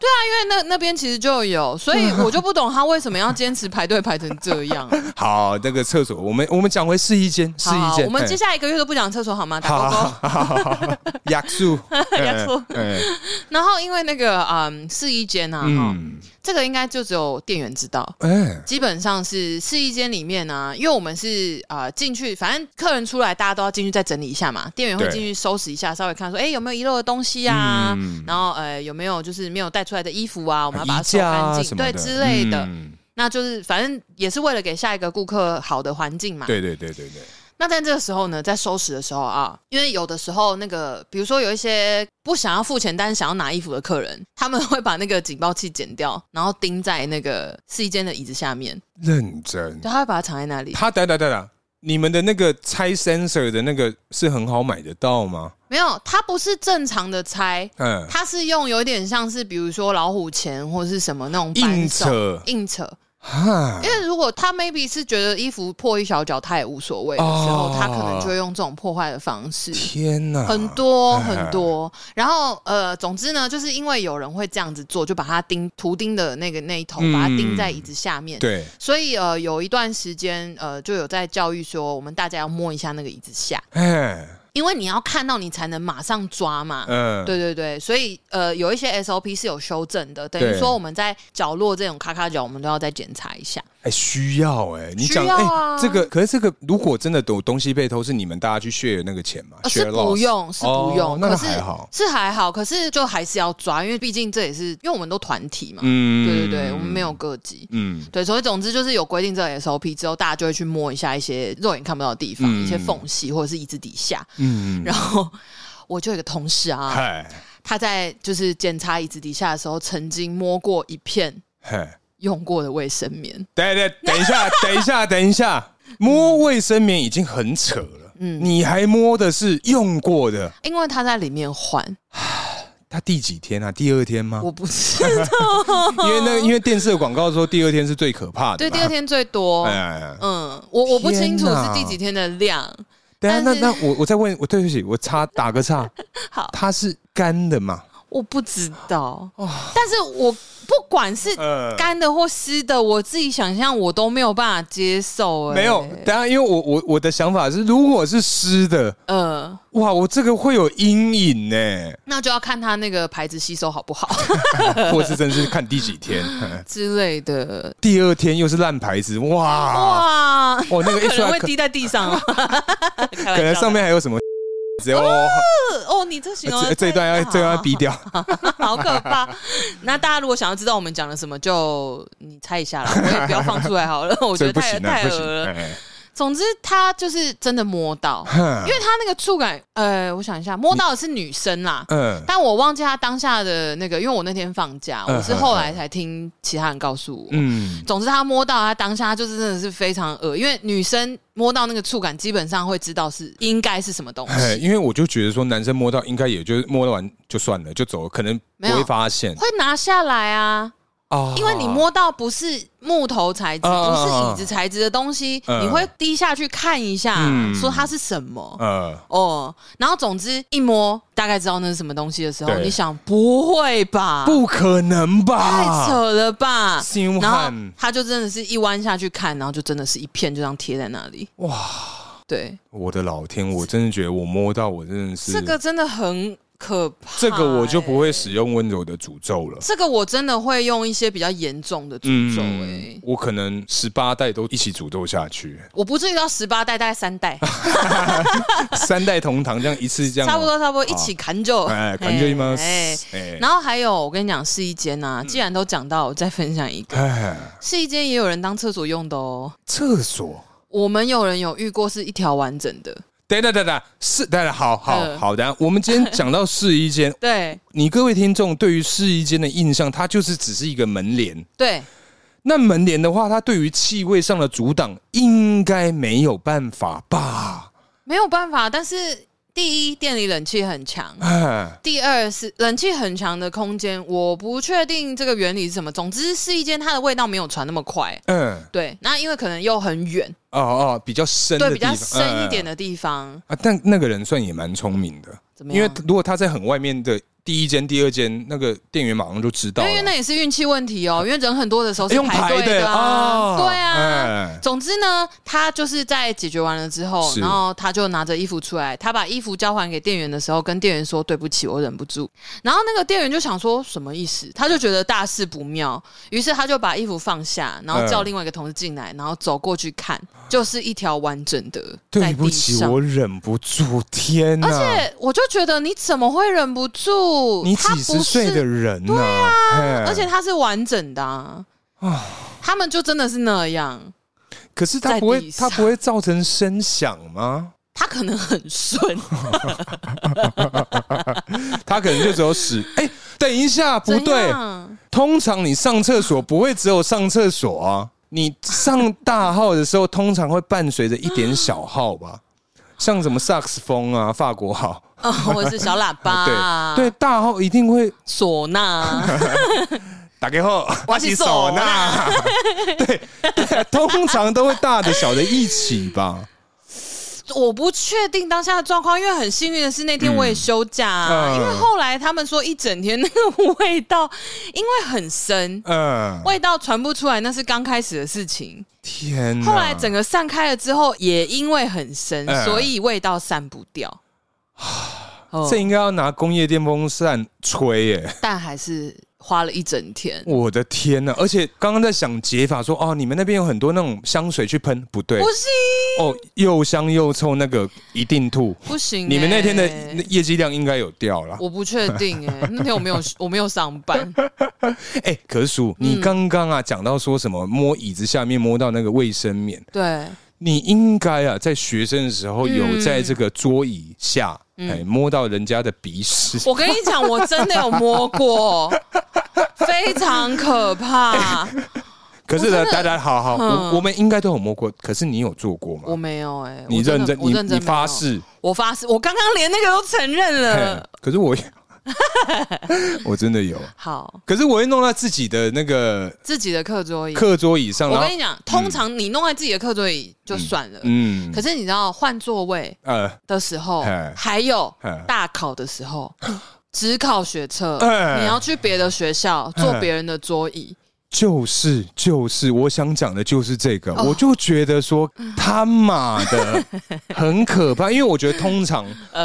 Speaker 2: 因为那那边其实就有，所以我就不懂他为什么要坚持排队排成这样。
Speaker 1: 好，那个厕所，我们我们讲回试衣间， (laughs) 试
Speaker 2: 好
Speaker 1: 衣
Speaker 2: 好，
Speaker 1: 间，
Speaker 2: 我们接
Speaker 1: 哎
Speaker 2: 下来一个月都不讲厕所好吗？打
Speaker 1: 好
Speaker 2: 勾
Speaker 1: 好好
Speaker 2: 勾。
Speaker 1: 好好好，压住，
Speaker 2: 压住
Speaker 1: 哎，哎
Speaker 2: 然后因为那个嗯试衣间啊，哈
Speaker 1: 嗯，
Speaker 2: 这个应该就只有店员知道。
Speaker 1: 哎，
Speaker 2: 基本上是试衣间里面呢、因为我们是啊进、去，反正客人出来，大家都要进去再整理一下嘛。店员会
Speaker 1: 对
Speaker 2: 进去收拾一下，稍微看说，哎、有没有遗漏的东西啊？
Speaker 1: 嗯
Speaker 2: 然后呃，有没有就是没有带出来的衣服啊？我们要把它
Speaker 1: 衣
Speaker 2: 收
Speaker 1: 架啊
Speaker 2: 干净，
Speaker 1: 什么
Speaker 2: 对
Speaker 1: 的
Speaker 2: 之类的。
Speaker 1: 嗯
Speaker 2: 那就是反正也是为了给下一个顾客好的环境嘛。
Speaker 1: 对对对对对，
Speaker 2: 那在这个时候呢，在收拾的时候啊，因为有的时候那个，比如说有一些不想要付钱但是想要拿衣服的客人，他们会把那个警报器剪掉，然后钉在那个试衣间的椅子下面，
Speaker 1: 认真。
Speaker 2: 对，他会把它藏在那里。
Speaker 1: 他等等等等，你们的那个拆 sensor 的那个是很好买得到吗？
Speaker 2: 没有，它不是正常的拆，
Speaker 1: 嗯，
Speaker 2: 它是用有点像是比如说老虎钳或是什么那种
Speaker 1: 硬
Speaker 2: 扳手
Speaker 1: 扯
Speaker 2: 硬扯。
Speaker 1: 哈
Speaker 2: 因，为如果他 maybe 是觉得衣服破一小角，他也无所谓的时候，
Speaker 1: 哦
Speaker 2: 他可能就会用这种破坏的方 (laughs) 式。
Speaker 1: 天哪，
Speaker 2: 很多很多。然后呃，总之呢，就是因为有人会这样子做，就把它钉图钉的那个那一头，
Speaker 1: 嗯
Speaker 2: 把它钉在椅子下面。
Speaker 1: 对，
Speaker 2: 所以呃，有一段时间呃，就有在教育说，我们大家要摸一下那个椅子下，
Speaker 1: 哎，
Speaker 2: 因为你要看到你才能马上抓嘛。
Speaker 1: 嗯，
Speaker 2: 对对对，所以呃，有一些 SOP 是有修正的，等于
Speaker 1: 对
Speaker 2: 说我们在角落这种咔咔角，我们都要再检查一下。
Speaker 1: 哎、需要哎、你讲
Speaker 2: 需
Speaker 1: 哎、
Speaker 2: 要啊
Speaker 1: 这个可是这个如果真的有东西被偷，是你们大家去 share 那个钱吗？
Speaker 2: 呃
Speaker 1: share
Speaker 2: 是不
Speaker 1: loss
Speaker 2: 用，是不用，
Speaker 1: 哦、那
Speaker 2: 可
Speaker 1: 个
Speaker 2: 是
Speaker 1: 还好，
Speaker 2: 是还好，可是就还是要抓，因为毕竟这也是因为我们都团体嘛，
Speaker 1: 嗯，
Speaker 2: 对对对，我们没有，个级。
Speaker 1: 嗯，
Speaker 2: 对，所以总之就是有规定这个 SOP 之后，大家就会去摸一下一些肉眼看不到的地方，
Speaker 1: 嗯
Speaker 2: 一些缝隙或者是椅子底下。
Speaker 1: 嗯，
Speaker 2: 然后我就有一个同事啊，
Speaker 1: 嗨
Speaker 2: 他在就是检查椅子底下的时候，曾经摸过一片
Speaker 1: 嗨，
Speaker 2: 用过的卫生棉。
Speaker 1: 等等等一下，等一下，等一下，摸卫生棉已经很扯了，嗯，你还摸的是用过的，
Speaker 2: 因为他在里面换，
Speaker 1: 他第几天啊？第二天吗？
Speaker 2: 我
Speaker 1: (laughs)
Speaker 2: 不是
Speaker 1: 因为那因为电视的广告说第二天是最可怕的嘛，
Speaker 2: 对第二天最多，
Speaker 1: 哎。
Speaker 2: 嗯，我我不清楚
Speaker 1: 天
Speaker 2: 是
Speaker 1: 哪
Speaker 2: 第几天的量，
Speaker 1: 等一下，那
Speaker 2: 但
Speaker 1: 那我我再问，我对不起，我插打个岔，
Speaker 2: (laughs) 好
Speaker 1: 它是干的嘛？
Speaker 2: 我不知道。但是我不管是
Speaker 1: 哦呃，
Speaker 2: 干的或湿的，我自己想象我都没有办法接受、欸。
Speaker 1: 没有，等一下，因为我我我的想法是，如果是湿的，
Speaker 2: 呃，
Speaker 1: 哇，我这个会有阴影
Speaker 2: (laughs)
Speaker 1: 呢、
Speaker 2: 那就要看他那个牌子吸收好
Speaker 1: (laughs)
Speaker 2: 不好
Speaker 1: 或是真是看第几天，
Speaker 2: 之类的。
Speaker 1: 第二天又是烂牌子，哇，
Speaker 2: 哇，
Speaker 1: 哦，那个一
Speaker 2: 可
Speaker 1: 出
Speaker 2: 能
Speaker 1: 来
Speaker 2: 会
Speaker 1: 可
Speaker 2: 滴在地上啊，开
Speaker 1: (laughs)
Speaker 2: 玩
Speaker 1: 可能
Speaker 2: 笑
Speaker 1: 上面还有什么直接 (laughs) 哦，
Speaker 2: 的哦，你这形容
Speaker 1: 这这一段要这一段要逼掉，
Speaker 2: (laughs) 好可怕。那大家如果想要知道我们讲了什么，就你猜一下啦，我也不要放出来好了，我觉
Speaker 1: 这
Speaker 2: 得
Speaker 1: 不
Speaker 2: 太
Speaker 1: 行啊，
Speaker 2: 太
Speaker 1: 不
Speaker 2: 恶
Speaker 1: 行，
Speaker 2: 了。
Speaker 1: 哎啊
Speaker 2: 总之，他就是真的摸到，因
Speaker 1: 哼
Speaker 2: 为他那个触感，呃，我想一下，摸到的是女生啦。
Speaker 1: 嗯
Speaker 2: 但我忘记他当下的那个，因为我那天放假，
Speaker 1: 嗯
Speaker 2: 我是后来才听其他人告诉我。
Speaker 1: 嗯，
Speaker 2: 总之，他摸到他当下，他就是真的是非常恶，因为女生摸到那个触感，基本上会知道是应该是什么东
Speaker 1: 哎
Speaker 2: 西，
Speaker 1: 因为我就觉得说男生摸到应该也就是摸完就算了，就走了，可能不
Speaker 2: 没有
Speaker 1: 会发现
Speaker 2: 会拿下来啊。
Speaker 1: 啊
Speaker 2: 因为你摸到不是木头材质，
Speaker 1: 啊啊啊
Speaker 2: 不是椅子材质的东西，
Speaker 1: 嗯
Speaker 2: 你会低下去看一下，
Speaker 1: 嗯
Speaker 2: 说它是什么。
Speaker 1: 呃，
Speaker 2: 哦，然后总之一摸，大概知道那是什么东西的时候，
Speaker 1: 对
Speaker 2: 你想不会吧？，
Speaker 1: 不可能
Speaker 2: 太
Speaker 1: 吧？
Speaker 2: 扯了吧！
Speaker 1: 心
Speaker 2: 然后
Speaker 1: 汉，
Speaker 2: 他就真的是一弯下去看，然后就真的是一片就这样贴在那里。哇，对，
Speaker 1: 我的老天，我真的觉得我摸到我真的是
Speaker 2: 这个真的很可怕、
Speaker 1: 这个我就不
Speaker 2: 欸，
Speaker 1: 会使用温柔的诅咒了。
Speaker 2: 这个我真的会用一些比较严重的诅咒、
Speaker 1: 嗯
Speaker 2: 欸。
Speaker 1: 我可能十八代都一起诅咒下去，
Speaker 2: 我不至于到十八代，大概三代。
Speaker 1: (laughs) 三代同堂这样一次这样，哦
Speaker 2: 差不多差不多一起砍就，
Speaker 1: 哎，感觉吗？
Speaker 2: 哎
Speaker 1: 哎，嗯
Speaker 2: 然后还有，我跟你讲，试衣间呐，既然都讲到，我再分享一个，
Speaker 1: 哎，
Speaker 2: 试衣间也有人当厕所用的哦。
Speaker 1: 厕所，
Speaker 2: 我们有人有遇过是一条完整的，
Speaker 1: 等等等等，是等等，好好
Speaker 2: 嗯，
Speaker 1: 好，等下我们今天讲到试衣间
Speaker 2: 对
Speaker 1: 你各位听众对于试衣间的印象，它就是只是一个门帘。
Speaker 2: 对，
Speaker 1: 那门帘的话，它对于气味上的阻挡应该没有办法吧？
Speaker 2: 没有办法。但是第一，店里冷气很强。
Speaker 1: 哎，
Speaker 2: 第二是冷气很强的空间，我不确定这个原理是什么。总之，试衣间它的味道没有传那么快。
Speaker 1: 嗯，
Speaker 2: 对，那因为可能又很远，
Speaker 1: 哦哦，比较深的
Speaker 2: 对，
Speaker 1: 地
Speaker 2: 比较
Speaker 1: 方，
Speaker 2: 深一
Speaker 1: 嗯
Speaker 2: 点的地方，
Speaker 1: 啊，但那个人算也蛮聪明的，
Speaker 2: 怎么样？
Speaker 1: 因为如果他在很外面的第一间、第二间，那个店员马上就知道了，
Speaker 2: 因为那也是运气问
Speaker 1: (laughs)
Speaker 2: 题哦，因为人很多的时候是
Speaker 1: 用
Speaker 2: 队
Speaker 1: 的
Speaker 2: 啊，
Speaker 1: 哦
Speaker 2: 对啊。
Speaker 1: 哎
Speaker 2: 总之呢，他就是在解决完了之后，
Speaker 1: 是
Speaker 2: 然后他就拿着衣服出来，他把衣服交还给店员的时候，跟店员说：“对不起，我忍不住。”然后那个店员就想说什么意思，他就觉得大事不妙，于是他就把衣服放下，然
Speaker 1: 嗯
Speaker 2: 后叫另外一个同事进来，然后走过去看，就是一条完整的在
Speaker 1: 对不
Speaker 2: 地
Speaker 1: 起，
Speaker 2: 上。
Speaker 1: 我忍不住，天哪！
Speaker 2: 而且我就觉得你怎么会忍不住？
Speaker 1: 你
Speaker 2: 他
Speaker 1: 几
Speaker 2: 不
Speaker 1: 十
Speaker 2: 是
Speaker 1: 岁的人呢、啊
Speaker 2: 而且它是完整的啊。他们就真的是那样，
Speaker 1: 可是他
Speaker 2: 在
Speaker 1: 不会
Speaker 2: 地，上
Speaker 1: 他不会造成声响吗？
Speaker 2: 他可能很顺，
Speaker 1: 哦他可能就只有
Speaker 2: (laughs)
Speaker 1: 屎。哎、等一下，不
Speaker 2: 怎
Speaker 1: 对，
Speaker 2: 样
Speaker 1: 通常你上厕所不会只有上厕所啊，你上大号的时候通常会伴随着一点小号吧，像什么萨克斯风啊、法国号，
Speaker 2: 哦，或者是小喇叭、
Speaker 1: (laughs)
Speaker 2: 啊，
Speaker 1: 对对，，大号一定会
Speaker 2: 唢呐
Speaker 1: (laughs)
Speaker 2: 啊，
Speaker 1: 打开后，
Speaker 2: 我是唢呐，
Speaker 1: (laughs) 对，通常都会大的小的一起吧，
Speaker 2: 我不确定当下的状况，因为很幸运的是那天我也休假、啊，
Speaker 1: 嗯
Speaker 2: 因为后来他们说一整天那个味道，因为很深。
Speaker 1: 嗯，
Speaker 2: 味道传不出来，那是刚开始的事情。
Speaker 1: 天哪，
Speaker 2: 后来整个散开了之后，也因为很深，
Speaker 1: 嗯嗯啊
Speaker 2: 所以味道散不掉。哦
Speaker 1: 这应该要拿工业电风扇吹耶、
Speaker 2: 但还是花了一整天。
Speaker 1: 我的天呐、而且刚刚在想解法说，哦，你们那边有很多那种香水去喷，不对
Speaker 2: 不行，
Speaker 1: 哦，又香又臭，那个一定吐。
Speaker 2: 不行欸、
Speaker 1: 你们那天的那业绩量应该有掉了。
Speaker 2: 我不确定哎、那天我没有我没有上
Speaker 1: (laughs)
Speaker 2: 班，
Speaker 1: 哎、可是叔，
Speaker 2: 嗯
Speaker 1: 你刚刚啊讲到说什么摸椅子下面摸到那个卫生棉，
Speaker 2: 对，
Speaker 1: 你应该啊在学生的时候有
Speaker 2: 嗯
Speaker 1: 在这个桌椅下哎、摸到人家的鼻屎。
Speaker 2: 我跟你讲，我真的有摸过，非常可
Speaker 1: (laughs)
Speaker 2: 怕。
Speaker 1: 可是
Speaker 2: 我
Speaker 1: 呢
Speaker 2: 真，的
Speaker 1: 大家好好，
Speaker 2: 嗯
Speaker 1: 我我们应该都有摸过，可是你有做过
Speaker 2: 我
Speaker 1: 吗？
Speaker 2: 没有哎、
Speaker 1: 你
Speaker 2: 我真
Speaker 1: 认
Speaker 2: 的
Speaker 1: 真，
Speaker 2: 我
Speaker 1: 你
Speaker 2: 认真
Speaker 1: 你
Speaker 2: 没
Speaker 1: 发
Speaker 2: 有，
Speaker 1: 誓？
Speaker 2: 我发誓，我刚刚连那个都承认了
Speaker 1: 嘿。可
Speaker 2: (laughs)
Speaker 1: 是我我真的有，
Speaker 2: 好，
Speaker 1: 可是我会弄到自己的那个
Speaker 2: 自己的课桌椅，
Speaker 1: 课桌椅上，
Speaker 2: 我
Speaker 1: 然后
Speaker 2: 跟你讲，通常你弄在自己的课桌椅就算了，
Speaker 1: 嗯
Speaker 2: 可是你知道换座位
Speaker 1: 呃
Speaker 2: 的时候
Speaker 1: 嘿，
Speaker 2: 还有
Speaker 1: 嘿
Speaker 2: 大考的时候， (gasps) 只考学测，
Speaker 1: 哎
Speaker 2: 你要去别的学校坐别人的桌椅，
Speaker 1: 就是就是，我想讲的就是这
Speaker 2: 哦
Speaker 1: 个，我就觉得说他妈
Speaker 2: (laughs)
Speaker 1: 的很可怕，因为我觉得通常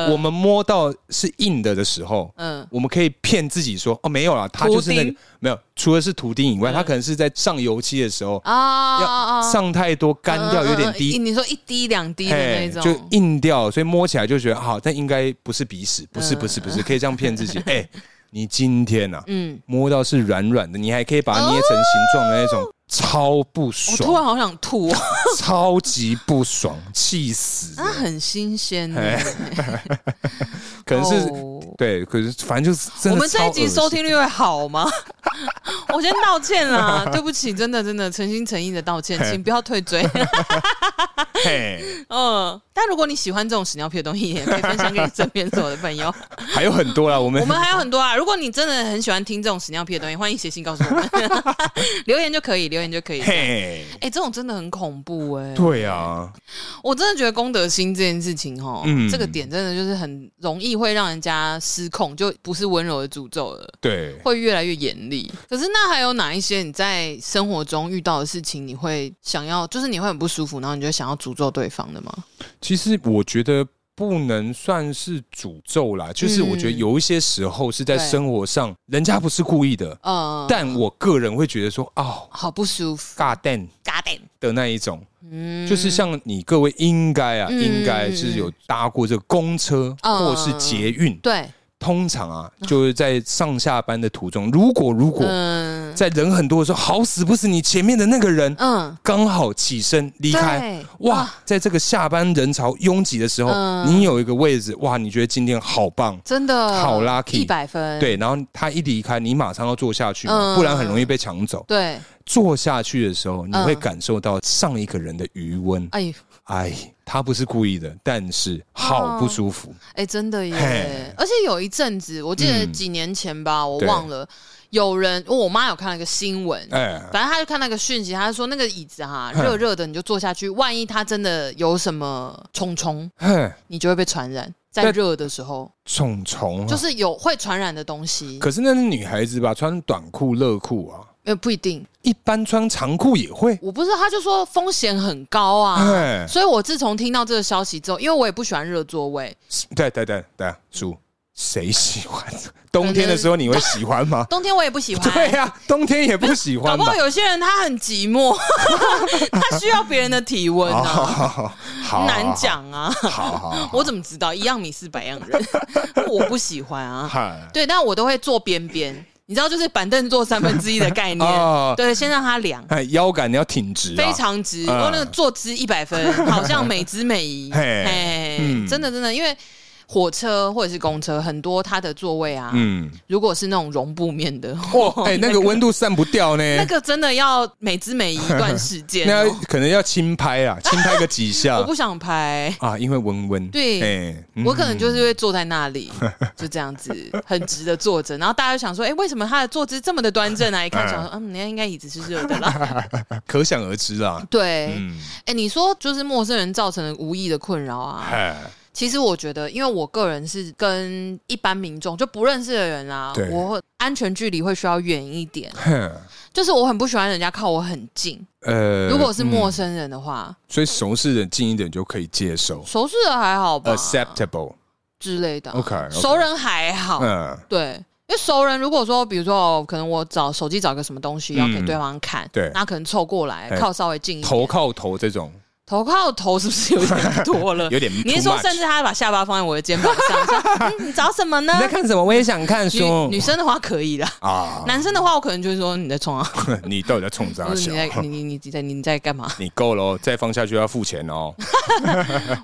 Speaker 1: 我们摸到是硬的的时候，
Speaker 2: 呃嗯，
Speaker 1: 我们可以骗自己说哦没有啦，它就是那
Speaker 2: 图
Speaker 1: 个
Speaker 2: 钉嗯
Speaker 1: 没有，除了是图钉以外，它可能是在上油漆的时候
Speaker 2: 啊啊啊啊
Speaker 1: 上太多干掉，有点
Speaker 2: 嗯嗯嗯
Speaker 1: 低。
Speaker 2: 你说一滴两滴的
Speaker 1: 嘿
Speaker 2: 那种，
Speaker 1: 就硬掉，所以摸起来就觉得好，但应该不是鼻屎，不是
Speaker 2: 嗯
Speaker 1: 不是不是，可以这样骗
Speaker 2: (laughs)
Speaker 1: 自己。哎，你今天啊，
Speaker 2: 嗯，
Speaker 1: 摸到是软软的，你还可以把它捏成形状的那种，超不
Speaker 2: 哦我突然
Speaker 1: 爽，
Speaker 2: 好想吐
Speaker 1: (laughs)
Speaker 2: 哦，
Speaker 1: 超级不爽，气死
Speaker 2: (laughs)
Speaker 1: 哎
Speaker 2: 它很新鲜呢。
Speaker 1: (laughs) 可能是、
Speaker 2: 嗯哦
Speaker 1: 对，可是反正就是真的。
Speaker 2: 我们这一集收，听率会
Speaker 1: (laughs)
Speaker 2: 好吗？我先道歉啦，对不起，真的真的诚心诚意的道歉，请不要退追。 (laughs)
Speaker 1: 嘿，
Speaker 2: 嗯，但如果你喜欢这种屎尿屁的东西，也可以分享给你身边所有的朋友。
Speaker 1: 还有很多啦，我们
Speaker 2: (laughs) 我们还有很多啊，如果你真的很喜欢听这种屎尿屁的东西，欢迎写信告诉我
Speaker 1: (laughs)
Speaker 2: 们，留言就可以，留言就可以。哎、
Speaker 1: 嘿，
Speaker 2: 这种真的很恐怖哎、
Speaker 1: 对啊，
Speaker 2: 我真的觉得公德心这件事情哦，
Speaker 1: 嗯
Speaker 2: 这个点真的就是很容易会让人家失控，就不是温柔的诅咒了。
Speaker 1: 对，
Speaker 2: 会越来越严厉。可是那还有哪一些你在生活中遇到的事情，你会想要，就是你会很不舒服，然后你就想要诅咒对方的吗？
Speaker 1: 其实我觉得。不能算是诅咒啦，就是我觉得
Speaker 2: 嗯
Speaker 1: 有一些时候是在
Speaker 2: 对
Speaker 1: 生活上，人家不是故意的，
Speaker 2: 呃，
Speaker 1: 但我个人会觉得说，哦
Speaker 2: 好不舒服，
Speaker 1: ，God damn
Speaker 2: 嘎点，
Speaker 1: 的那一种，
Speaker 2: 嗯
Speaker 1: 就是像你各位应该啊，
Speaker 2: 嗯
Speaker 1: 应该是有搭过这个公车
Speaker 2: 嗯
Speaker 1: 或是捷运，
Speaker 2: 对，
Speaker 1: 通常啊就是在上下班的途中，如果如果
Speaker 2: 嗯
Speaker 1: 在人很多的时候，好死不死你前面的那个人
Speaker 2: 嗯，
Speaker 1: 刚好起身离开。
Speaker 2: 对，
Speaker 1: 哇
Speaker 2: 啊，
Speaker 1: 在这个下班人潮拥挤的时候，
Speaker 2: 嗯
Speaker 1: 你有一个位置，哇，你觉得今天好棒，
Speaker 2: 真的
Speaker 1: 好 lucky
Speaker 2: 一百分，
Speaker 1: 对。然后他一离开，你马上要坐下去嘛，
Speaker 2: 嗯
Speaker 1: 不然很容易被抢走。
Speaker 2: 对，
Speaker 1: 坐下去的时候，你会
Speaker 2: 嗯
Speaker 1: 感受到上一个人的余温，
Speaker 2: 哎
Speaker 1: 哎，他不是故意的，但是好不舒服。
Speaker 2: 哎，真的耶
Speaker 1: 嘿！
Speaker 2: 而且有一阵子，我记得
Speaker 1: 嗯
Speaker 2: 几年前吧，我
Speaker 1: 对
Speaker 2: 忘了，有人我妈有看了一个新闻，
Speaker 1: 哎、
Speaker 2: 反正他就看那个讯息，他就说那个椅子哈、
Speaker 1: 哼
Speaker 2: 热热的，你就坐下去。万一他真的有什么虫虫，
Speaker 1: 哼，
Speaker 2: 你就会被传染。在
Speaker 1: 但
Speaker 2: 热的时候，
Speaker 1: 虫虫、啊、
Speaker 2: 就
Speaker 1: 就是，
Speaker 2: 是有会传染的东西，
Speaker 1: 可是那是女孩子吧，穿短裤、热裤啊，
Speaker 2: 呃，不一定。
Speaker 1: 一般穿长裤也会。
Speaker 2: 我不知道，他就说风险很高啊。
Speaker 1: 哎、
Speaker 2: 所以我自从听到这个消息之后，因为我也不喜欢热座位，？
Speaker 1: 对对对对，叔，谁喜欢？冬天的时候你会喜欢吗
Speaker 2: (laughs) 冬天我也不喜欢。
Speaker 1: 对啊呀、冬天也不喜
Speaker 2: 搞
Speaker 1: 欢
Speaker 2: 不
Speaker 1: 吧
Speaker 2: 好？有些人他很寂寞， (laughs) 他需要别人的体温
Speaker 1: 哦好好
Speaker 2: 啊，
Speaker 1: 好好好，
Speaker 2: 难，讲啊。 (laughs)
Speaker 1: 好好好好，
Speaker 2: 我怎么知道？一样米是百样人， (laughs) 我不喜欢啊。
Speaker 1: 嗨
Speaker 2: 对，但我都会坐边边，你知道，就是板凳坐三分之一的概念。
Speaker 1: 哦
Speaker 2: 对，先让它凉，
Speaker 1: 哎，腰杆你要挺直、啊，
Speaker 2: 非常直。然后那个坐姿一百分，
Speaker 1: (laughs)
Speaker 2: 好像美姿美仪。
Speaker 1: 嘿
Speaker 2: 哎，
Speaker 1: 嗯
Speaker 2: 真的真的，因为火车或者是公车，很多它的座位啊，
Speaker 1: 嗯，
Speaker 2: 如果是那种绒布面的，
Speaker 1: 哦，哎、那个温度散不掉呢，
Speaker 2: 那个真的要美姿美仪一段时
Speaker 1: (laughs)
Speaker 2: 间
Speaker 1: 那
Speaker 2: 哦。
Speaker 1: 要可能要轻拍啊，轻拍个几下
Speaker 2: 我不想拍。
Speaker 1: 啊，因为温温
Speaker 2: 对
Speaker 1: 哎嗯
Speaker 2: 我可能就是会坐在那里，就这样子很直的坐着，然后大家就想说，哎、为什么他的坐姿这么的端正啊？一看想说，嗯，人家应该椅子是热的啦。 (laughs)
Speaker 1: 可想而知啦。
Speaker 2: 对，
Speaker 1: 嗯，
Speaker 2: 哎、你说就是陌生人造成的无意的困扰啊？
Speaker 1: 哎，
Speaker 2: 其实我觉得，因为我个人是跟一般民众就不认识的人啊
Speaker 1: 对，
Speaker 2: 我会安全距离会需要远一点。
Speaker 1: 哼
Speaker 2: 就是我很不喜欢人家靠我很近，
Speaker 1: 呃
Speaker 2: 如果是陌
Speaker 1: 嗯
Speaker 2: 生人的话，
Speaker 1: 所以熟识人近一点就可以接受
Speaker 2: 熟识的还好吧
Speaker 1: ，acceptable。
Speaker 2: 之类的啊。
Speaker 1: OK，OK
Speaker 2: 熟人还好，
Speaker 1: 嗯，
Speaker 2: 对。因为熟人如果说，比如说，哦可能我找手机找个什么东西要给对方看，
Speaker 1: 嗯对
Speaker 2: 那可能凑过来
Speaker 1: 哎
Speaker 2: 靠稍微近一点，
Speaker 1: 头靠头这种
Speaker 2: 头靠头是不是
Speaker 1: (laughs)
Speaker 2: 有点多了？
Speaker 1: 有点 too much。
Speaker 2: 呃你是说，甚至他把下巴放在我的肩膀上，
Speaker 1: (laughs)
Speaker 2: 说：“嗯，你找什么呢
Speaker 1: 你在看什么？我也想看？”
Speaker 2: 女
Speaker 1: 书
Speaker 2: 女生的话可以啦，
Speaker 1: 啊， (laughs)
Speaker 2: 男生的话我可能就会说：“你在冲啊，
Speaker 1: 你到底在冲啥
Speaker 2: 或者
Speaker 1: 小
Speaker 2: 你？在
Speaker 1: (laughs)
Speaker 2: 你你你你在你在干嘛
Speaker 1: 你够了哦，再放下去要付钱哦。？”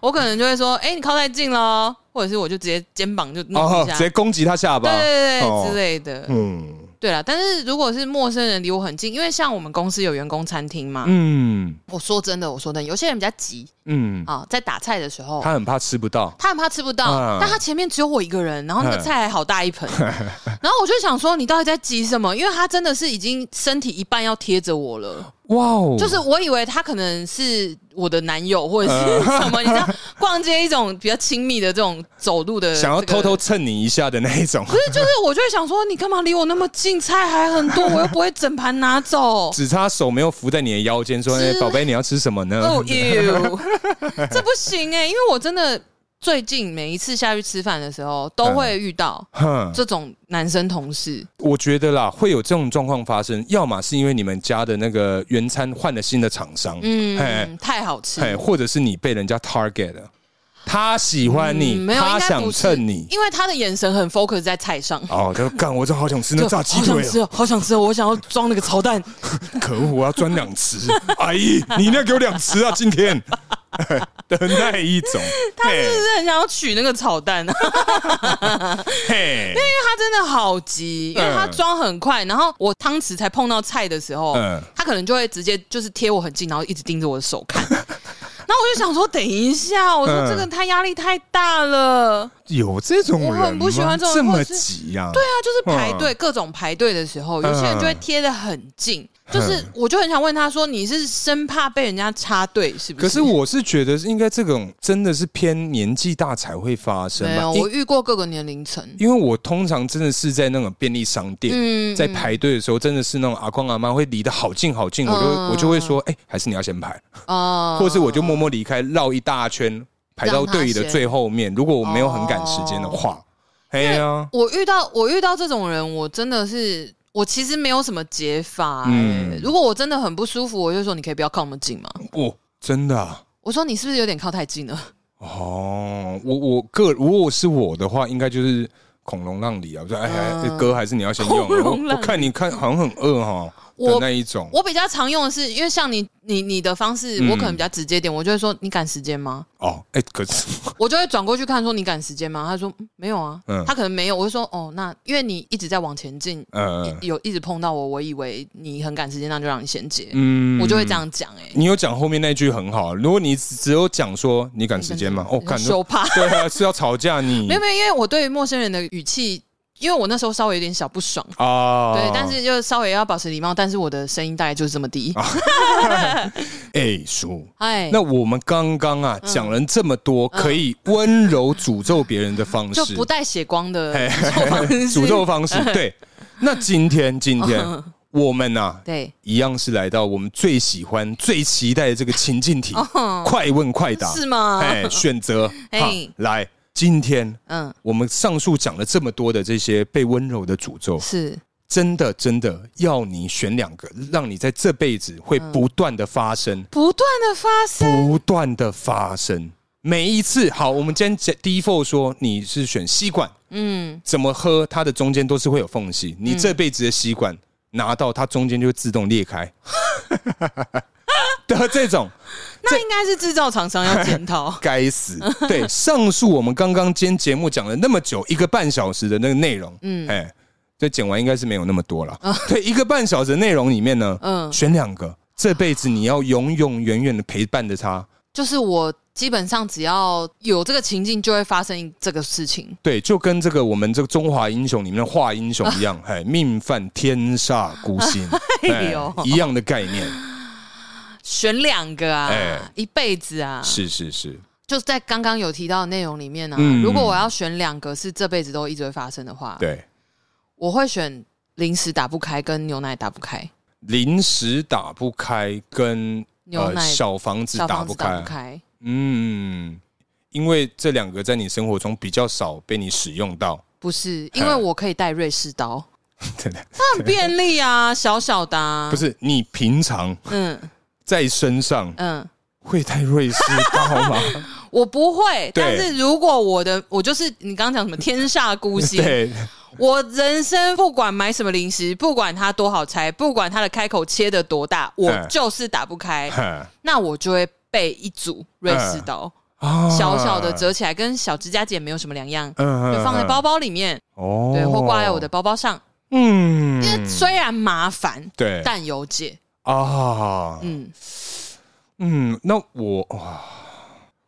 Speaker 2: 我可能就会说：“哎，你靠太近了。”或者是我就直接肩膀就弄
Speaker 1: 哦
Speaker 2: 一，下，
Speaker 1: 直接
Speaker 2: 对
Speaker 1: 攻击他下巴
Speaker 2: 对。对
Speaker 1: 哦
Speaker 2: 对之类的。
Speaker 1: 嗯
Speaker 2: 对啦，但是如果是陌生人离我很近，因为像我们公司有员工餐厅嘛，
Speaker 1: 嗯
Speaker 2: 我说真的，我说真的，有些人比较急
Speaker 1: 嗯，
Speaker 2: 啊，在打菜的时候，
Speaker 1: 他很怕吃不到。
Speaker 2: 他很怕吃不到，
Speaker 1: 嗯
Speaker 2: 但他前面只有我一个人，然后那个
Speaker 1: 嗯
Speaker 2: 菜还好大
Speaker 1: (laughs)
Speaker 2: 一盆，然后我就想说你到底在急什么？因为他真的是已经身体一半要贴着我了，
Speaker 1: 哇哦，
Speaker 2: 就是我以为他可能是我的男友或者是
Speaker 1: 嗯
Speaker 2: 什么，你知道逛街一种比较亲密的这种走路的、
Speaker 1: 想要偷偷。蹭你一下的那一种，。
Speaker 2: 不是，就是我就会想说，你干嘛离我那么近？菜还很多，我又不会整盘拿走
Speaker 1: (laughs) 只差手没有扶在你的腰间，说：“
Speaker 2: 是
Speaker 1: 哎，宝贝，你要吃什么呢
Speaker 2: (laughs) 哦哟，这不行哎、因为我真的最近每一次下去吃饭的时候，
Speaker 1: 嗯
Speaker 2: 都会遇到？”
Speaker 1: 哼，
Speaker 2: 这种男生同事。
Speaker 1: 我觉得啦，会有这种状况发生，要么是因为你们家的那个原餐换了新的厂商，嘿
Speaker 2: 嗯，太好吃。
Speaker 1: 哎，或者是你被人家 target 了，他喜欢你，
Speaker 2: 嗯没有，
Speaker 1: 他
Speaker 2: 应该
Speaker 1: 想
Speaker 2: 不是
Speaker 1: 蹭你，
Speaker 2: 因为他的眼神很 focus 在菜上。
Speaker 1: 哦，他说干，我真好想吃那炸鸡
Speaker 2: 好想
Speaker 1: 腿
Speaker 2: 吃
Speaker 1: 哦，
Speaker 2: 哦，好想吃哦！我想要装那个
Speaker 1: (laughs)
Speaker 2: 炒蛋，
Speaker 1: 可恶，我要钻两匙， (laughs) 阿姨，你一定要给我两匙
Speaker 2: (laughs)
Speaker 1: 啊，今天 (laughs) 的那一种，
Speaker 2: 真
Speaker 1: 嘿，
Speaker 2: 的很想要取那个炒蛋，因为
Speaker 1: 嘿，
Speaker 2: 他真的好急，
Speaker 1: 嗯
Speaker 2: 因为他装很快，然后我汤匙才碰到菜的时候，
Speaker 1: 嗯
Speaker 2: 他可能就会直接就是贴我很近，然后一直盯着我的手看。 (laughs) 然后我就想说，等一下，我说
Speaker 1: 嗯
Speaker 2: 这个他压力太大了。
Speaker 1: 有这种人吗，
Speaker 2: 我很不喜欢这种
Speaker 1: 么
Speaker 2: 或是
Speaker 1: 急呀、啊，
Speaker 2: 对啊，就是排队、各种排队的时
Speaker 1: 嗯
Speaker 2: 候，有些人就会贴得很近，就是我就很想问他说，你是生怕被人家插队是不
Speaker 1: 可是我是觉得，应该这种真的是偏年纪大才会发生
Speaker 2: 没
Speaker 1: 吧
Speaker 2: 有，？我
Speaker 1: 因
Speaker 2: 遇过各个年龄层，
Speaker 1: 因为我通常真的是在那种便利商店，
Speaker 2: 嗯
Speaker 1: 在排队的时候，真的是那种阿公阿妈会离得好近好近，我就
Speaker 2: 嗯
Speaker 1: 我就会说，哎、还是你要先排，
Speaker 2: 啊，
Speaker 1: 或者是我就默默离开，绕一大圈，排到队的最后面。如果我没有很赶时
Speaker 2: 哦
Speaker 1: 间的话，哎呀，
Speaker 2: 我遇到我遇到这种人，我真的是。我其实没有什么解法、欸
Speaker 1: 嗯
Speaker 2: 如果我真的很不舒服，我就说你可以不要靠那么近嘛。
Speaker 1: 哦，真的、啊。
Speaker 2: 我说你是不是有点靠太近了？ (laughs)
Speaker 1: 哦，我我个如果是我的话，应该就是孔融让梨啊。我说哎，哎
Speaker 2: 嗯
Speaker 1: 哥还是你要先用。
Speaker 2: 孔融
Speaker 1: 我
Speaker 2: 让梨
Speaker 1: 我看你看好像很饿哈的
Speaker 2: 我
Speaker 1: 那一种。
Speaker 2: 我比较常用的是，因为像你你你的方式，
Speaker 1: 嗯
Speaker 2: 我可能比较直接一点，我就会说你赶时间吗？
Speaker 1: 哦，哎，可是
Speaker 2: 我就会转过去看说你赶时间吗？他说、嗯没有啊，
Speaker 1: 嗯
Speaker 2: 他可能没有。我就说哦，那因为你一直在往前进， (laughs)
Speaker 1: 呃
Speaker 2: 有一直碰到我，我以为你很赶时间，那就让你先接，
Speaker 1: 嗯
Speaker 2: 我就会这。样讲哎、欸。
Speaker 1: 你有讲后面那句很好，如果你只只有讲说你赶时间吗？哦，赶
Speaker 2: 羞怕，
Speaker 1: 对啊，是要吵架你
Speaker 2: (laughs) 没有没有，因为我对于陌生人的语气，因为我那时候稍微有点小不爽，
Speaker 1: 啊？
Speaker 2: 对，但是就稍微要保持礼貌，但是我的声音大概就是这么低，
Speaker 1: 哎叔，
Speaker 2: 哎、
Speaker 1: 哦那我们刚刚啊
Speaker 2: 嗯
Speaker 1: 讲了这么多，可以温柔诅咒别人的方
Speaker 2: 就
Speaker 1: 式
Speaker 2: 不，带血光的 (laughs)
Speaker 1: 嘿
Speaker 2: 诅咒方式
Speaker 1: 诅咒方
Speaker 2: 嗯
Speaker 1: 式。对，那今天今天我们啊，
Speaker 2: 对，
Speaker 1: 一样是来到我们最喜欢、最期待的这个情境题，快问快答
Speaker 2: 哦是？吗？
Speaker 1: 哎，选择，
Speaker 2: 哎
Speaker 1: 好，来，今天
Speaker 2: 嗯，
Speaker 1: 我们上述讲了这么多的这些被温柔的诅咒，
Speaker 2: 是
Speaker 1: 真的真的要你选两个，让你在这辈子会
Speaker 2: 嗯
Speaker 1: 不断的发生，
Speaker 2: 不断的发生，
Speaker 1: 不断的发生。每一次，好，我们今天讲第一 f 说你是选吸管，
Speaker 2: 嗯，
Speaker 1: 怎么喝，它的中间都是会有缝隙。你这辈子的吸管拿到，它中间就会自动裂开。 (laughs) 的这种。
Speaker 2: 那应该是制造厂商要检讨
Speaker 1: (laughs) 该
Speaker 2: (laughs)
Speaker 1: 死！对，上述我们刚刚今天节目讲了那么久，一个半小时的那个内容，嗯，哎，这剪完应该是没有那么多了。对，一个半小时的内容里面呢，
Speaker 2: 哦嗯，
Speaker 1: 选两个，这辈子你要永永远远的陪伴着他。
Speaker 2: 就是我基本上只要有这个情境，就会发生这个事情。
Speaker 1: 对，就跟这个我们这个中华英雄里面的华英雄一
Speaker 2: (laughs)
Speaker 1: 样，哎，命犯天煞孤星，
Speaker 2: 哎呦
Speaker 1: 一样的概念。
Speaker 2: 选两个啊，
Speaker 1: 哎
Speaker 2: 一辈子啊，
Speaker 1: 是是是，
Speaker 2: 就是在刚刚有提到的内容里面呢、啊。
Speaker 1: 嗯
Speaker 2: 如果我要选两个是这辈子都一直会发生的话，
Speaker 1: 对，
Speaker 2: 我会选零食打不开跟牛奶打不开，
Speaker 1: 临时打不开跟呃
Speaker 2: 牛奶
Speaker 1: 小房子
Speaker 2: 小
Speaker 1: 打
Speaker 2: 房
Speaker 1: 不
Speaker 2: 子
Speaker 1: 开，
Speaker 2: 打不开。
Speaker 1: 嗯，因为这两个在你生活中比较少被你使用到， (laughs)
Speaker 2: 不是因为我可以带瑞士刀，
Speaker 1: 真的
Speaker 2: 它很便利啊，小小的、啊，
Speaker 1: 不是你平常
Speaker 2: 嗯
Speaker 1: 在身上
Speaker 2: 嗯，
Speaker 1: 会带瑞士刀
Speaker 2: (laughs)
Speaker 1: 吗？
Speaker 2: 我不会，
Speaker 1: 对
Speaker 2: 但是如果我的我就是你刚刚讲什么天煞孤
Speaker 1: (laughs)
Speaker 2: 星，
Speaker 1: 对，
Speaker 2: 我人生不管买什么零食，不管它多好拆，不管它的开口切的多大，我
Speaker 1: 嗯
Speaker 2: 就是打不开，
Speaker 1: 哼
Speaker 2: 那我就会备一组瑞士刀，
Speaker 1: 啊
Speaker 2: 小小的折起来，跟小指甲剪没有什么两样，
Speaker 1: 嗯
Speaker 2: 就放在包包里面，
Speaker 1: 哦，
Speaker 2: 对，或挂在我的包包上。
Speaker 1: 嗯
Speaker 2: 因为虽然麻烦，
Speaker 1: 对
Speaker 2: 但有解。
Speaker 1: 啊
Speaker 2: 嗯，
Speaker 1: 嗯，那我哇，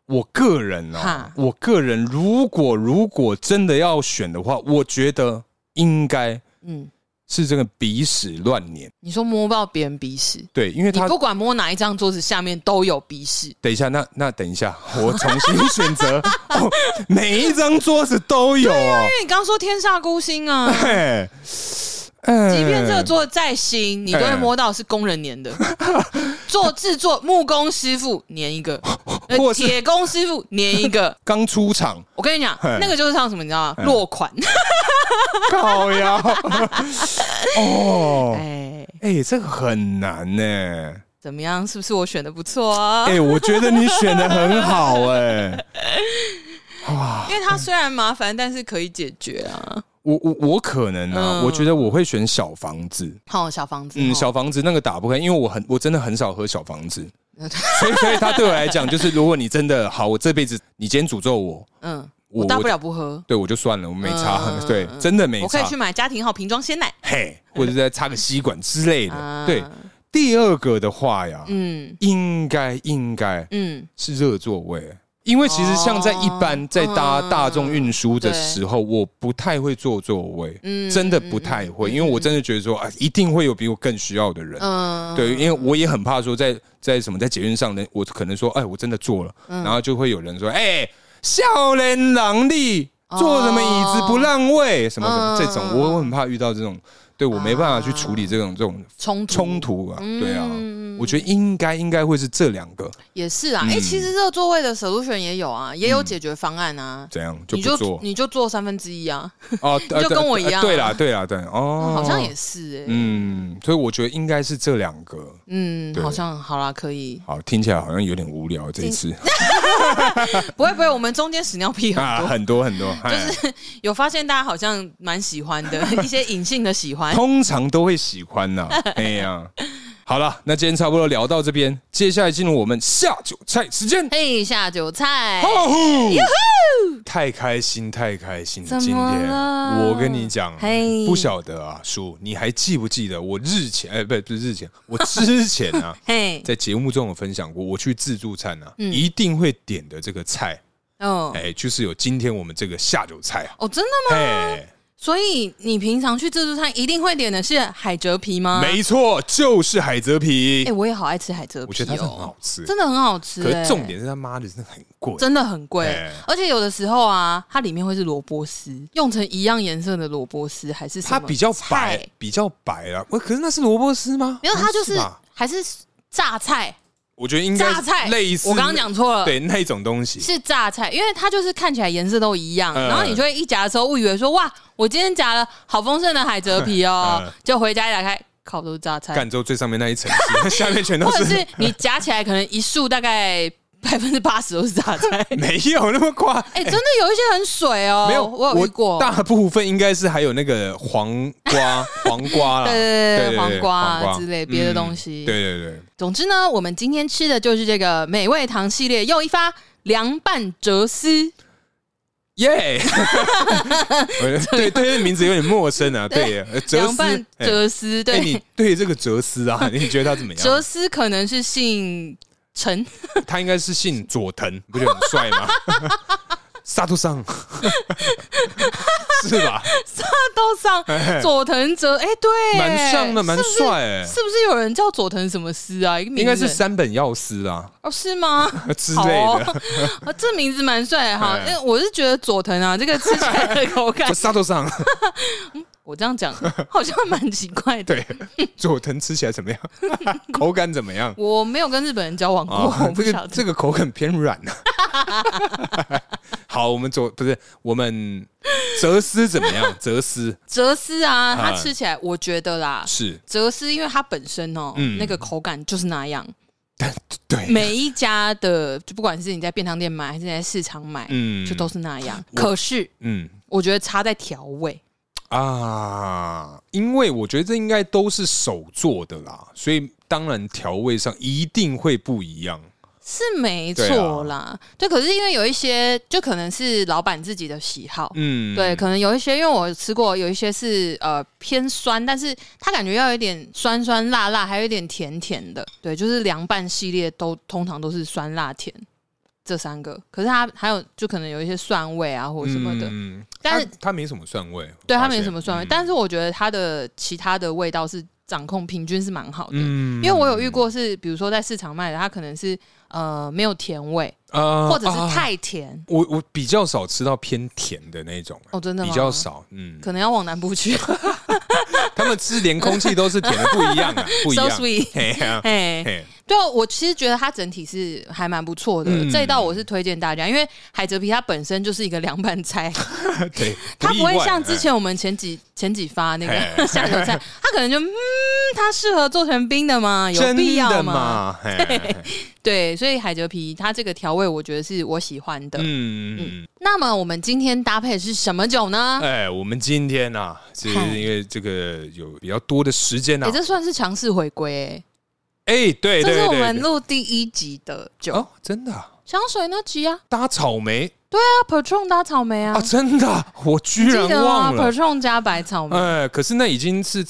Speaker 1: 我个人呢、
Speaker 2: 哈
Speaker 1: 我个人如果如果真的要选的话，我觉得应该
Speaker 2: 嗯，
Speaker 1: 是这个鼻屎乱粘。
Speaker 2: 你说摸到别人鼻屎，
Speaker 1: 对，因为
Speaker 2: 你
Speaker 1: 他
Speaker 2: 不管摸哪一张桌子下面都有鼻屎。
Speaker 1: 等一下，那那等一下，我重新选择、哦，每一张桌子都有哦。，
Speaker 2: 因为你刚说天煞孤星啊
Speaker 1: 嘿， (laughs) 哎嗯
Speaker 2: 即便这个桌子再新，你都会摸到是工人
Speaker 1: (laughs)
Speaker 2: 粘的。做制作木工师傅粘一个，呃
Speaker 1: (laughs) 或是
Speaker 2: 铁工师傅粘一
Speaker 1: (laughs)
Speaker 2: 个。
Speaker 1: 刚出场，
Speaker 2: 我跟你讲
Speaker 1: 嘿，
Speaker 2: 那个就是像什么，你
Speaker 1: 嗯
Speaker 2: 知道吗？落款。
Speaker 1: 靠呀！哦，
Speaker 2: 哎，
Speaker 1: 哎、这个很难呢、
Speaker 2: 怎么样？是不是我选的不错啊
Speaker 1: 哎、？我觉得你选的很好哎、
Speaker 2: 因为它虽然麻烦，但是可以解决啊。
Speaker 1: 我我我可能啊，
Speaker 2: 嗯
Speaker 1: 我觉得我会选小房子。
Speaker 2: 好，小房子，
Speaker 1: 嗯，
Speaker 2: 哦
Speaker 1: 小房子那个打不开，因为我很我真的很少喝小房子，
Speaker 2: 嗯
Speaker 1: 所以所以它对我来讲就是，如果你真的好，我这辈子你今天诅咒我，
Speaker 2: 嗯，
Speaker 1: 我
Speaker 2: 我大不了不喝，
Speaker 1: 对我就算了，我没差，
Speaker 2: 嗯
Speaker 1: (laughs) 对，真的没
Speaker 2: 我可以
Speaker 1: 差
Speaker 2: 去，买家庭号瓶装鲜奶。
Speaker 1: 嘿，或者再插个吸管之类的。
Speaker 2: 啊
Speaker 1: 对，第二个的话呀，
Speaker 2: 嗯
Speaker 1: 应该应该
Speaker 2: 嗯，
Speaker 1: 是热座位。因为其实像在一般
Speaker 2: 哦
Speaker 1: 在搭
Speaker 2: 嗯
Speaker 1: 大众运输的
Speaker 2: 对
Speaker 1: 时候，我不太会坐座位，
Speaker 2: 嗯
Speaker 1: 真的不太会，因为我真的觉得说啊，一定会有比我更需要的人。
Speaker 2: 嗯，
Speaker 1: 对，因为我也很怕说在在什么在捷运上呢，我可能说，哎，我真的坐了，
Speaker 2: 嗯
Speaker 1: 然后就会有人说，哎，笑人狼力，坐什么椅子不让位，什么什么
Speaker 2: 哦嗯
Speaker 1: 这种，我我很怕遇到这种，对我没办法去处理这种这种
Speaker 2: 冲突
Speaker 1: 冲突啊，对啊
Speaker 2: 嗯，
Speaker 1: 我觉得应该应该会是这两个，
Speaker 2: 也是
Speaker 1: 嗯
Speaker 2: 啊。哎，其实这个座位的 solution 也有啊，也有解决方案啊。
Speaker 1: 怎样嗯就
Speaker 2: 你
Speaker 1: 不
Speaker 2: 就
Speaker 1: 做
Speaker 2: 你就做三分之一啊， (laughs)
Speaker 1: 哦，呃
Speaker 2: 就跟我
Speaker 1: 呃
Speaker 2: 一样啊
Speaker 1: 对啦对啦对，哦，
Speaker 2: 好像也是哎，
Speaker 1: 嗯，所以我觉得应该是这两个。
Speaker 2: 嗯，
Speaker 1: 对
Speaker 2: 好像好啦，可以。
Speaker 1: 好，听起来好像有点无聊，这一次
Speaker 2: 不会不会，我们中间屎尿屁
Speaker 1: (laughs)
Speaker 2: 很
Speaker 1: 啊，
Speaker 2: 多，
Speaker 1: 很多很
Speaker 2: (laughs)
Speaker 1: 多，就
Speaker 2: 有发现大家好像蛮喜欢
Speaker 1: (laughs)
Speaker 2: 的一些隐性的喜欢。
Speaker 1: 通常都会喜欢
Speaker 2: (laughs)
Speaker 1: 呐、哎呀，好了，那今天差不多聊到这边，接下来进入我们下酒菜时间。
Speaker 2: 嘿，下酒菜，
Speaker 1: 哦呼！太开心，太开心了！
Speaker 2: 怎么
Speaker 1: 今天
Speaker 2: 了
Speaker 1: 我跟你讲
Speaker 2: 嘿，
Speaker 1: 不晓得啊，叔，你还记不记得我日前？哎，不是，不是日
Speaker 2: (laughs)
Speaker 1: 前，我之前啊，
Speaker 2: 嘿，
Speaker 1: 在节目中有分享过，我去自助餐啊，
Speaker 2: 嗯
Speaker 1: 一定会点的这个菜，
Speaker 2: 哦
Speaker 1: 哎，就是有今天我们这个下酒菜
Speaker 2: (laughs)
Speaker 1: 啊，
Speaker 2: 哦，真的吗？
Speaker 1: 哎。
Speaker 2: 所以你平常去自助餐一定会点的是海蜇皮吗？
Speaker 1: 没错，就是海蜇皮。
Speaker 2: 啊哎、我也好爱吃海蜇皮、哦，
Speaker 1: 我觉得它是很好吃，
Speaker 2: 真的很好吃、
Speaker 1: 可
Speaker 2: 哎
Speaker 1: 是重点是他妈的真的很贵。
Speaker 2: 真的很贵、
Speaker 1: 哎
Speaker 2: 而且有的时候啊，它里面会是萝卜丝，用成一样颜色的萝卜丝还是什么
Speaker 1: 它比较白
Speaker 2: 菜，，
Speaker 1: 比较白了。喂，可是那是萝卜丝吗？
Speaker 2: 没有，它
Speaker 1: 不
Speaker 2: 就是
Speaker 1: 吧
Speaker 2: 还是榨菜，
Speaker 1: 我觉得应该
Speaker 2: 榨菜
Speaker 1: 类似。
Speaker 2: 我刚刚讲错了。
Speaker 1: 对那种东西，
Speaker 2: 是榨菜，因为它就是看起来颜色都一样，啊
Speaker 1: 嗯
Speaker 2: 然后你就会一夹的时候误以为说哇，我今天夹了好丰盛的海蜇皮哦，
Speaker 1: 嗯
Speaker 2: 就回家一打开，烤都是榨菜，
Speaker 1: 赣州最上面那一层
Speaker 2: (laughs)
Speaker 1: 是，下面全都
Speaker 2: 或者
Speaker 1: 是
Speaker 2: 是你夹起来可能一束大概 (laughs) 百分之八十都是榨菜，
Speaker 1: 没有那么夸。
Speaker 2: (laughs) 哎、真的有一些很水哦，
Speaker 1: 没有，
Speaker 2: 我有遇过，
Speaker 1: 大部分应该是还有那个黄瓜，黄瓜啦，
Speaker 2: 对 (laughs) 对对
Speaker 1: 对
Speaker 2: 黄瓜啊
Speaker 1: 黄
Speaker 2: 之类别的东西
Speaker 1: 嗯对对对，
Speaker 2: 总之呢，我们今天吃的就是这个美味堂系列又一发凉拌哲思。 (laughs)
Speaker 1: 耶！我对对，这个名字有点陌生啊。对，呃哲
Speaker 2: 凉
Speaker 1: 思
Speaker 2: 拌
Speaker 1: 哎
Speaker 2: 哲思，
Speaker 1: 哎，
Speaker 2: 对，
Speaker 1: 你对这个哲思
Speaker 2: (laughs)
Speaker 1: 啊，你觉得他怎么
Speaker 2: 哲
Speaker 1: 样？
Speaker 2: 思可能是姓陈，
Speaker 1: 他应该是姓佐藤，不觉得很帅
Speaker 2: (laughs)
Speaker 1: 吗？沙杜桑是吧？
Speaker 2: 都 (laughs) 上佐藤哲，哎， (laughs) 对，
Speaker 1: 蛮像的，蛮
Speaker 2: 是不是
Speaker 1: 帅哎，
Speaker 2: 是不是有人叫佐藤什么思啊？一个名字
Speaker 1: 应该是山本耀司啊
Speaker 2: 哦，是吗？ (laughs)
Speaker 1: 之类的。
Speaker 2: 好哦啊这名字蛮帅的哈。
Speaker 1: 哎
Speaker 2: 因为我是觉得佐藤啊，这个吃起来的口感
Speaker 1: (laughs) 就，沙杜桑，
Speaker 2: 我这样讲好像蛮奇怪的。
Speaker 1: 对，佐藤吃起来怎么样？ (laughs) 口感怎么样？
Speaker 2: 我没有跟日本人交往过，
Speaker 1: 啊
Speaker 2: (laughs) 我，不
Speaker 1: 这
Speaker 2: 晓
Speaker 1: 个
Speaker 2: 得。
Speaker 1: 这个口感偏软啊，啊 (laughs) 好，我们走不是我们哲思怎么样？哲思
Speaker 2: 哲思啊，它
Speaker 1: 嗯
Speaker 2: 吃起来我觉得啦， (laughs)
Speaker 1: 是
Speaker 2: 哲思因为它本身哦、
Speaker 1: 嗯
Speaker 2: 那个口感就是那样，
Speaker 1: 对，
Speaker 2: 每一家的就不管是你在便当店买还是你在市场买，
Speaker 1: 嗯
Speaker 2: 就都是那样。可是
Speaker 1: 嗯
Speaker 2: 我觉得差在调味，
Speaker 1: 啊，因为我觉得这应该都是手做的啦，所以当然调味上一定会不一样。
Speaker 2: 是没
Speaker 1: 啊
Speaker 2: 错啦。对，可是因为有一些就可能是老板自己的喜好。
Speaker 1: 嗯，
Speaker 2: 对，可能有一些，因为我吃过，有一些是呃偏酸，但是它感觉要有一点酸酸辣辣，还有一点甜甜的。对，就是凉拌系列都通常都是酸辣甜这三个，可是它还有就可能有一些蒜味啊或者什么的。
Speaker 1: 嗯，
Speaker 2: 但是
Speaker 1: 它它没什么蒜味，
Speaker 2: 对它
Speaker 1: 发现
Speaker 2: 没什么蒜味，
Speaker 1: 嗯
Speaker 2: 但是我觉得它的其他的味道是掌控平均是蛮好的。
Speaker 1: 嗯
Speaker 2: 因为我有遇过是，比如说在市场卖的，它可能是呃没有甜味，
Speaker 1: 啊
Speaker 2: 或者是
Speaker 1: 啊
Speaker 2: 太甜。
Speaker 1: 我我比较少吃到偏甜的那种，
Speaker 2: 哦，真的吗？
Speaker 1: 比较，少。嗯，
Speaker 2: 可能要往南部去。
Speaker 1: 他们吃连空气都是甜的，不一样啊，不一
Speaker 2: (laughs) so
Speaker 1: 样。
Speaker 2: sweet，
Speaker 1: 嘿呀
Speaker 2: 哎，
Speaker 1: 嘿
Speaker 2: 对我其实觉得它整体是还蛮不错的，
Speaker 1: 嗯
Speaker 2: 这一道我是推荐大家，因为海蜇皮它本身就是一个凉
Speaker 1: (laughs)
Speaker 2: 拌菜， (laughs)
Speaker 1: 对，
Speaker 2: 它不
Speaker 1: 意
Speaker 2: 会
Speaker 1: 外啊
Speaker 2: 像之前我们前几前几发那
Speaker 1: 哎嘿
Speaker 2: 个下酒
Speaker 1: (laughs)
Speaker 2: 菜，它可能就嗯，它适合做成冰的吗？ (laughs)
Speaker 1: 哎
Speaker 2: 有必
Speaker 1: 真
Speaker 2: 要
Speaker 1: 的
Speaker 2: 吗？ (laughs)
Speaker 1: 吗？嘿
Speaker 2: 对，所以海蜇皮它这个调味我觉得是我喜欢的。
Speaker 1: 嗯，
Speaker 2: 那么我们今天搭配的是什么酒呢？
Speaker 1: 哎，我们今天啊，是
Speaker 2: 嗨
Speaker 1: 因为这个有比较多的时间
Speaker 2: 也、
Speaker 1: 啊，
Speaker 2: 哎这算是强势回归、欸，
Speaker 1: 哎，对对
Speaker 2: 这
Speaker 1: 对
Speaker 2: 是我们
Speaker 1: 对
Speaker 2: 录第一集的酒。
Speaker 1: 哦，真的啊
Speaker 2: 香水那集啊，
Speaker 1: 搭草莓
Speaker 2: 那 Patron 搭草莓啊，
Speaker 1: 啊，真的啊，我居
Speaker 2: 记
Speaker 1: 然
Speaker 2: 得吗
Speaker 1: 忘了。
Speaker 2: ？Patron 加白草莓，
Speaker 1: 哎，可是那已经是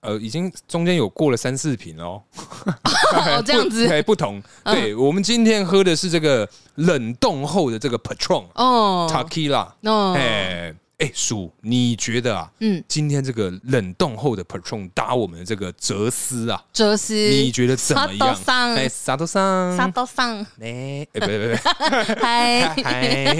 Speaker 1: 呃，已经中间有过了三四瓶了哦。
Speaker 2: 哦，这样子，
Speaker 1: 哎，不同。对我们今天喝的是这个冷冻后的这个 Patron
Speaker 2: 哦，
Speaker 1: Tequila。
Speaker 2: 哦，
Speaker 1: 哎哎，叔，你觉得啊，
Speaker 2: 嗯，
Speaker 1: 今天这个冷冻后的 Patron 搭我们的这个哲思啊，
Speaker 2: 哲思，
Speaker 1: 你觉得怎么样
Speaker 2: 沙多？桑
Speaker 1: 哎，沙多桑，
Speaker 2: 沙刀上，
Speaker 1: 哎，哎，不不不
Speaker 2: (laughs) 嗨，
Speaker 1: 不，嗨，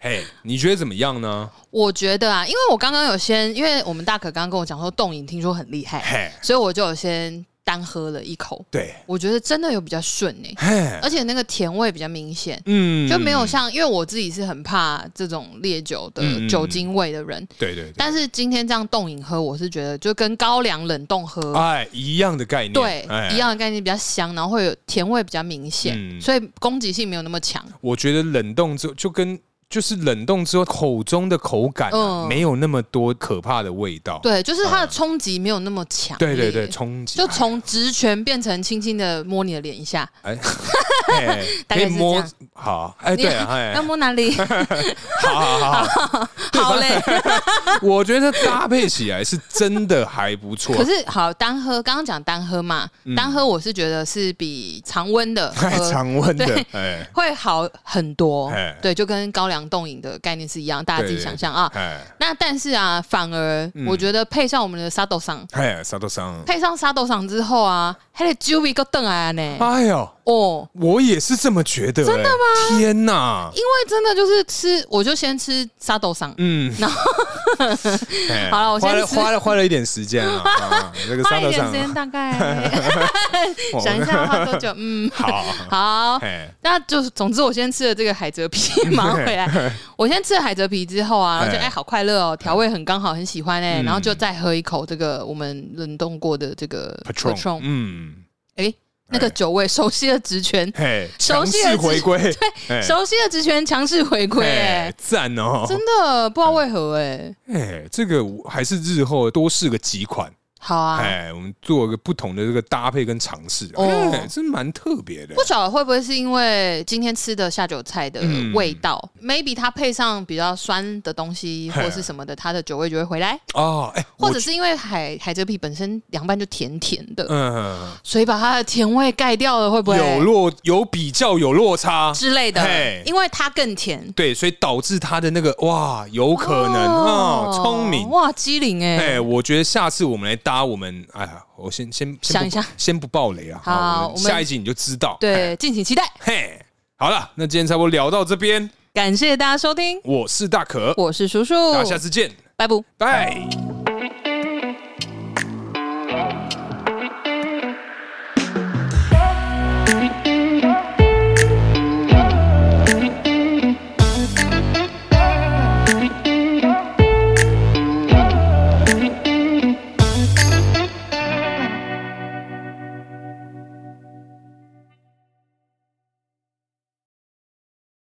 Speaker 1: 嘿，你觉得怎么样呢？
Speaker 2: 我觉得啊，因为我刚刚有先，因为我们大可刚刚跟我讲说冻饮听说很厉害，
Speaker 1: 嘿，
Speaker 2: 所以我就有先单喝了一口，
Speaker 1: 对，
Speaker 2: 我觉得真的有比较顺哎、
Speaker 1: 嘿，
Speaker 2: 而且那个甜味比较明显。
Speaker 1: 嗯
Speaker 2: 就没有，像，因为我自己是很怕这种烈酒
Speaker 1: 嗯嗯
Speaker 2: 的
Speaker 1: 嗯
Speaker 2: 酒精味的人，
Speaker 1: 对对对，
Speaker 2: 但是今天这样冻饮喝，我是觉得就跟高粱冷冻喝，
Speaker 1: 哎，一样的概念，
Speaker 2: 对，
Speaker 1: 哎
Speaker 2: 一样的概念比较香，然后会有甜味比较明显，
Speaker 1: 嗯
Speaker 2: 所以攻击性没有那么强。
Speaker 1: 我觉得冷冻之后就跟就是冷冻之后口中的口感、啊
Speaker 2: 嗯
Speaker 1: 没有那么多可怕的味道。
Speaker 2: 对，就是它的冲击没有那么强、
Speaker 1: 嗯对对对，，冲击
Speaker 2: 就从直拳变成轻轻的摸你的脸一下，
Speaker 1: 哎， (laughs)
Speaker 2: 大
Speaker 1: 可
Speaker 2: 概
Speaker 1: 以
Speaker 2: 是这
Speaker 1: 摸
Speaker 2: 样
Speaker 1: 好哎，
Speaker 2: 你
Speaker 1: 对啊，哎
Speaker 2: 要，摸
Speaker 1: (laughs)
Speaker 2: 哪里？ (laughs)
Speaker 1: 好好好好，
Speaker 2: 好嘞。
Speaker 1: 我觉得搭配起来是真的还不错
Speaker 2: (laughs) 可。是好单喝，刚刚讲单喝嘛，单喝我是觉得是比常温的
Speaker 1: 嗯 (laughs) 哎，
Speaker 2: 喝
Speaker 1: 常温的
Speaker 2: 对
Speaker 1: 哎
Speaker 2: (laughs) 会好很多
Speaker 1: 哎，
Speaker 2: 对，就跟高粱冻饮的概念是一样，大家自己
Speaker 1: 对对
Speaker 2: 想象啊。
Speaker 1: 哎嗯
Speaker 2: 那但是啊，反而我觉得配上我们的沙豆上，
Speaker 1: 哎，沙多桑，
Speaker 2: 配上沙豆上之后啊，还得酒味够邓来呢。
Speaker 1: 哎呦，
Speaker 2: 哦，
Speaker 1: 我也是这么觉得。真的吗？天哪！
Speaker 2: 因为真的就是吃，我就先吃沙豆上，
Speaker 1: 嗯，(laughs)
Speaker 2: 然
Speaker 1: 后
Speaker 2: 好了我先
Speaker 1: 花了
Speaker 2: 吃
Speaker 1: 花了花了一点时间
Speaker 2: (laughs)
Speaker 1: 啊，啊这个
Speaker 2: 花
Speaker 1: 沙
Speaker 2: 一
Speaker 1: 多
Speaker 2: 点
Speaker 1: 桑
Speaker 2: 时间大概
Speaker 1: (laughs) 哇
Speaker 2: 想一下花多久，嗯，
Speaker 1: 好，
Speaker 2: 好。
Speaker 1: 哎，
Speaker 2: 那就是，总之我先吃了这个海蜇皮， (laughs) 马上
Speaker 1: (laughs)
Speaker 2: 回来。我先吃了海蜇皮之后啊，然后就
Speaker 1: 哎
Speaker 2: 哎好快乐哦，调味很刚好，很喜欢哎、
Speaker 1: 嗯
Speaker 2: 然后就再喝一口这个我们冷冻过的这个
Speaker 1: Patron，嗯，
Speaker 2: 哎、那个酒味，熟悉的直拳，
Speaker 1: 嘿，
Speaker 2: 熟
Speaker 1: 强
Speaker 2: 悉的
Speaker 1: 势回
Speaker 2: (laughs)
Speaker 1: 归，嘿
Speaker 2: 熟悉的直拳强势回归哎、
Speaker 1: 嘿赞哦，
Speaker 2: 真的不知道为何哎、
Speaker 1: 哎，这个我还是日后多试个几款，
Speaker 2: 好啊，
Speaker 1: 哎，我们做个不同的这个搭配跟尝试，
Speaker 2: 哦
Speaker 1: 哎，真蛮特别的
Speaker 2: 不，晓得会不会是因为今天吃的下酒菜的
Speaker 1: 嗯
Speaker 2: 味道、m a y b e 它配上比较酸的东西
Speaker 1: 嘿
Speaker 2: 或是什么的，它的酒味就会回来，
Speaker 1: 哦，哎，
Speaker 2: 或
Speaker 1: 我
Speaker 2: 者是因为海海蜇皮本身凉拌就甜甜的，
Speaker 1: 嗯，
Speaker 2: 所以把它的甜味盖掉了，会不会
Speaker 1: 有落有比较有落差。
Speaker 2: 之类的
Speaker 1: 嘿？
Speaker 2: 因为它更甜，
Speaker 1: 对，所以导致它的那个哇，有可能哦，聪明
Speaker 2: 哇，机灵哎、
Speaker 1: 哎，我觉得下次我们来搭我们，哎呀，我先先先不
Speaker 2: 想一下
Speaker 1: (laughs) 先不爆雷啊。
Speaker 2: 好我们
Speaker 1: 下一集你就知道。
Speaker 2: 对，敬请期待，
Speaker 1: 嘿，好了，那今天差不多聊到这边，
Speaker 2: 感谢大家收听，
Speaker 1: 我是大可，
Speaker 2: 我是叔叔，
Speaker 1: 大家下次见，
Speaker 2: 拜拜。
Speaker 1: 拜。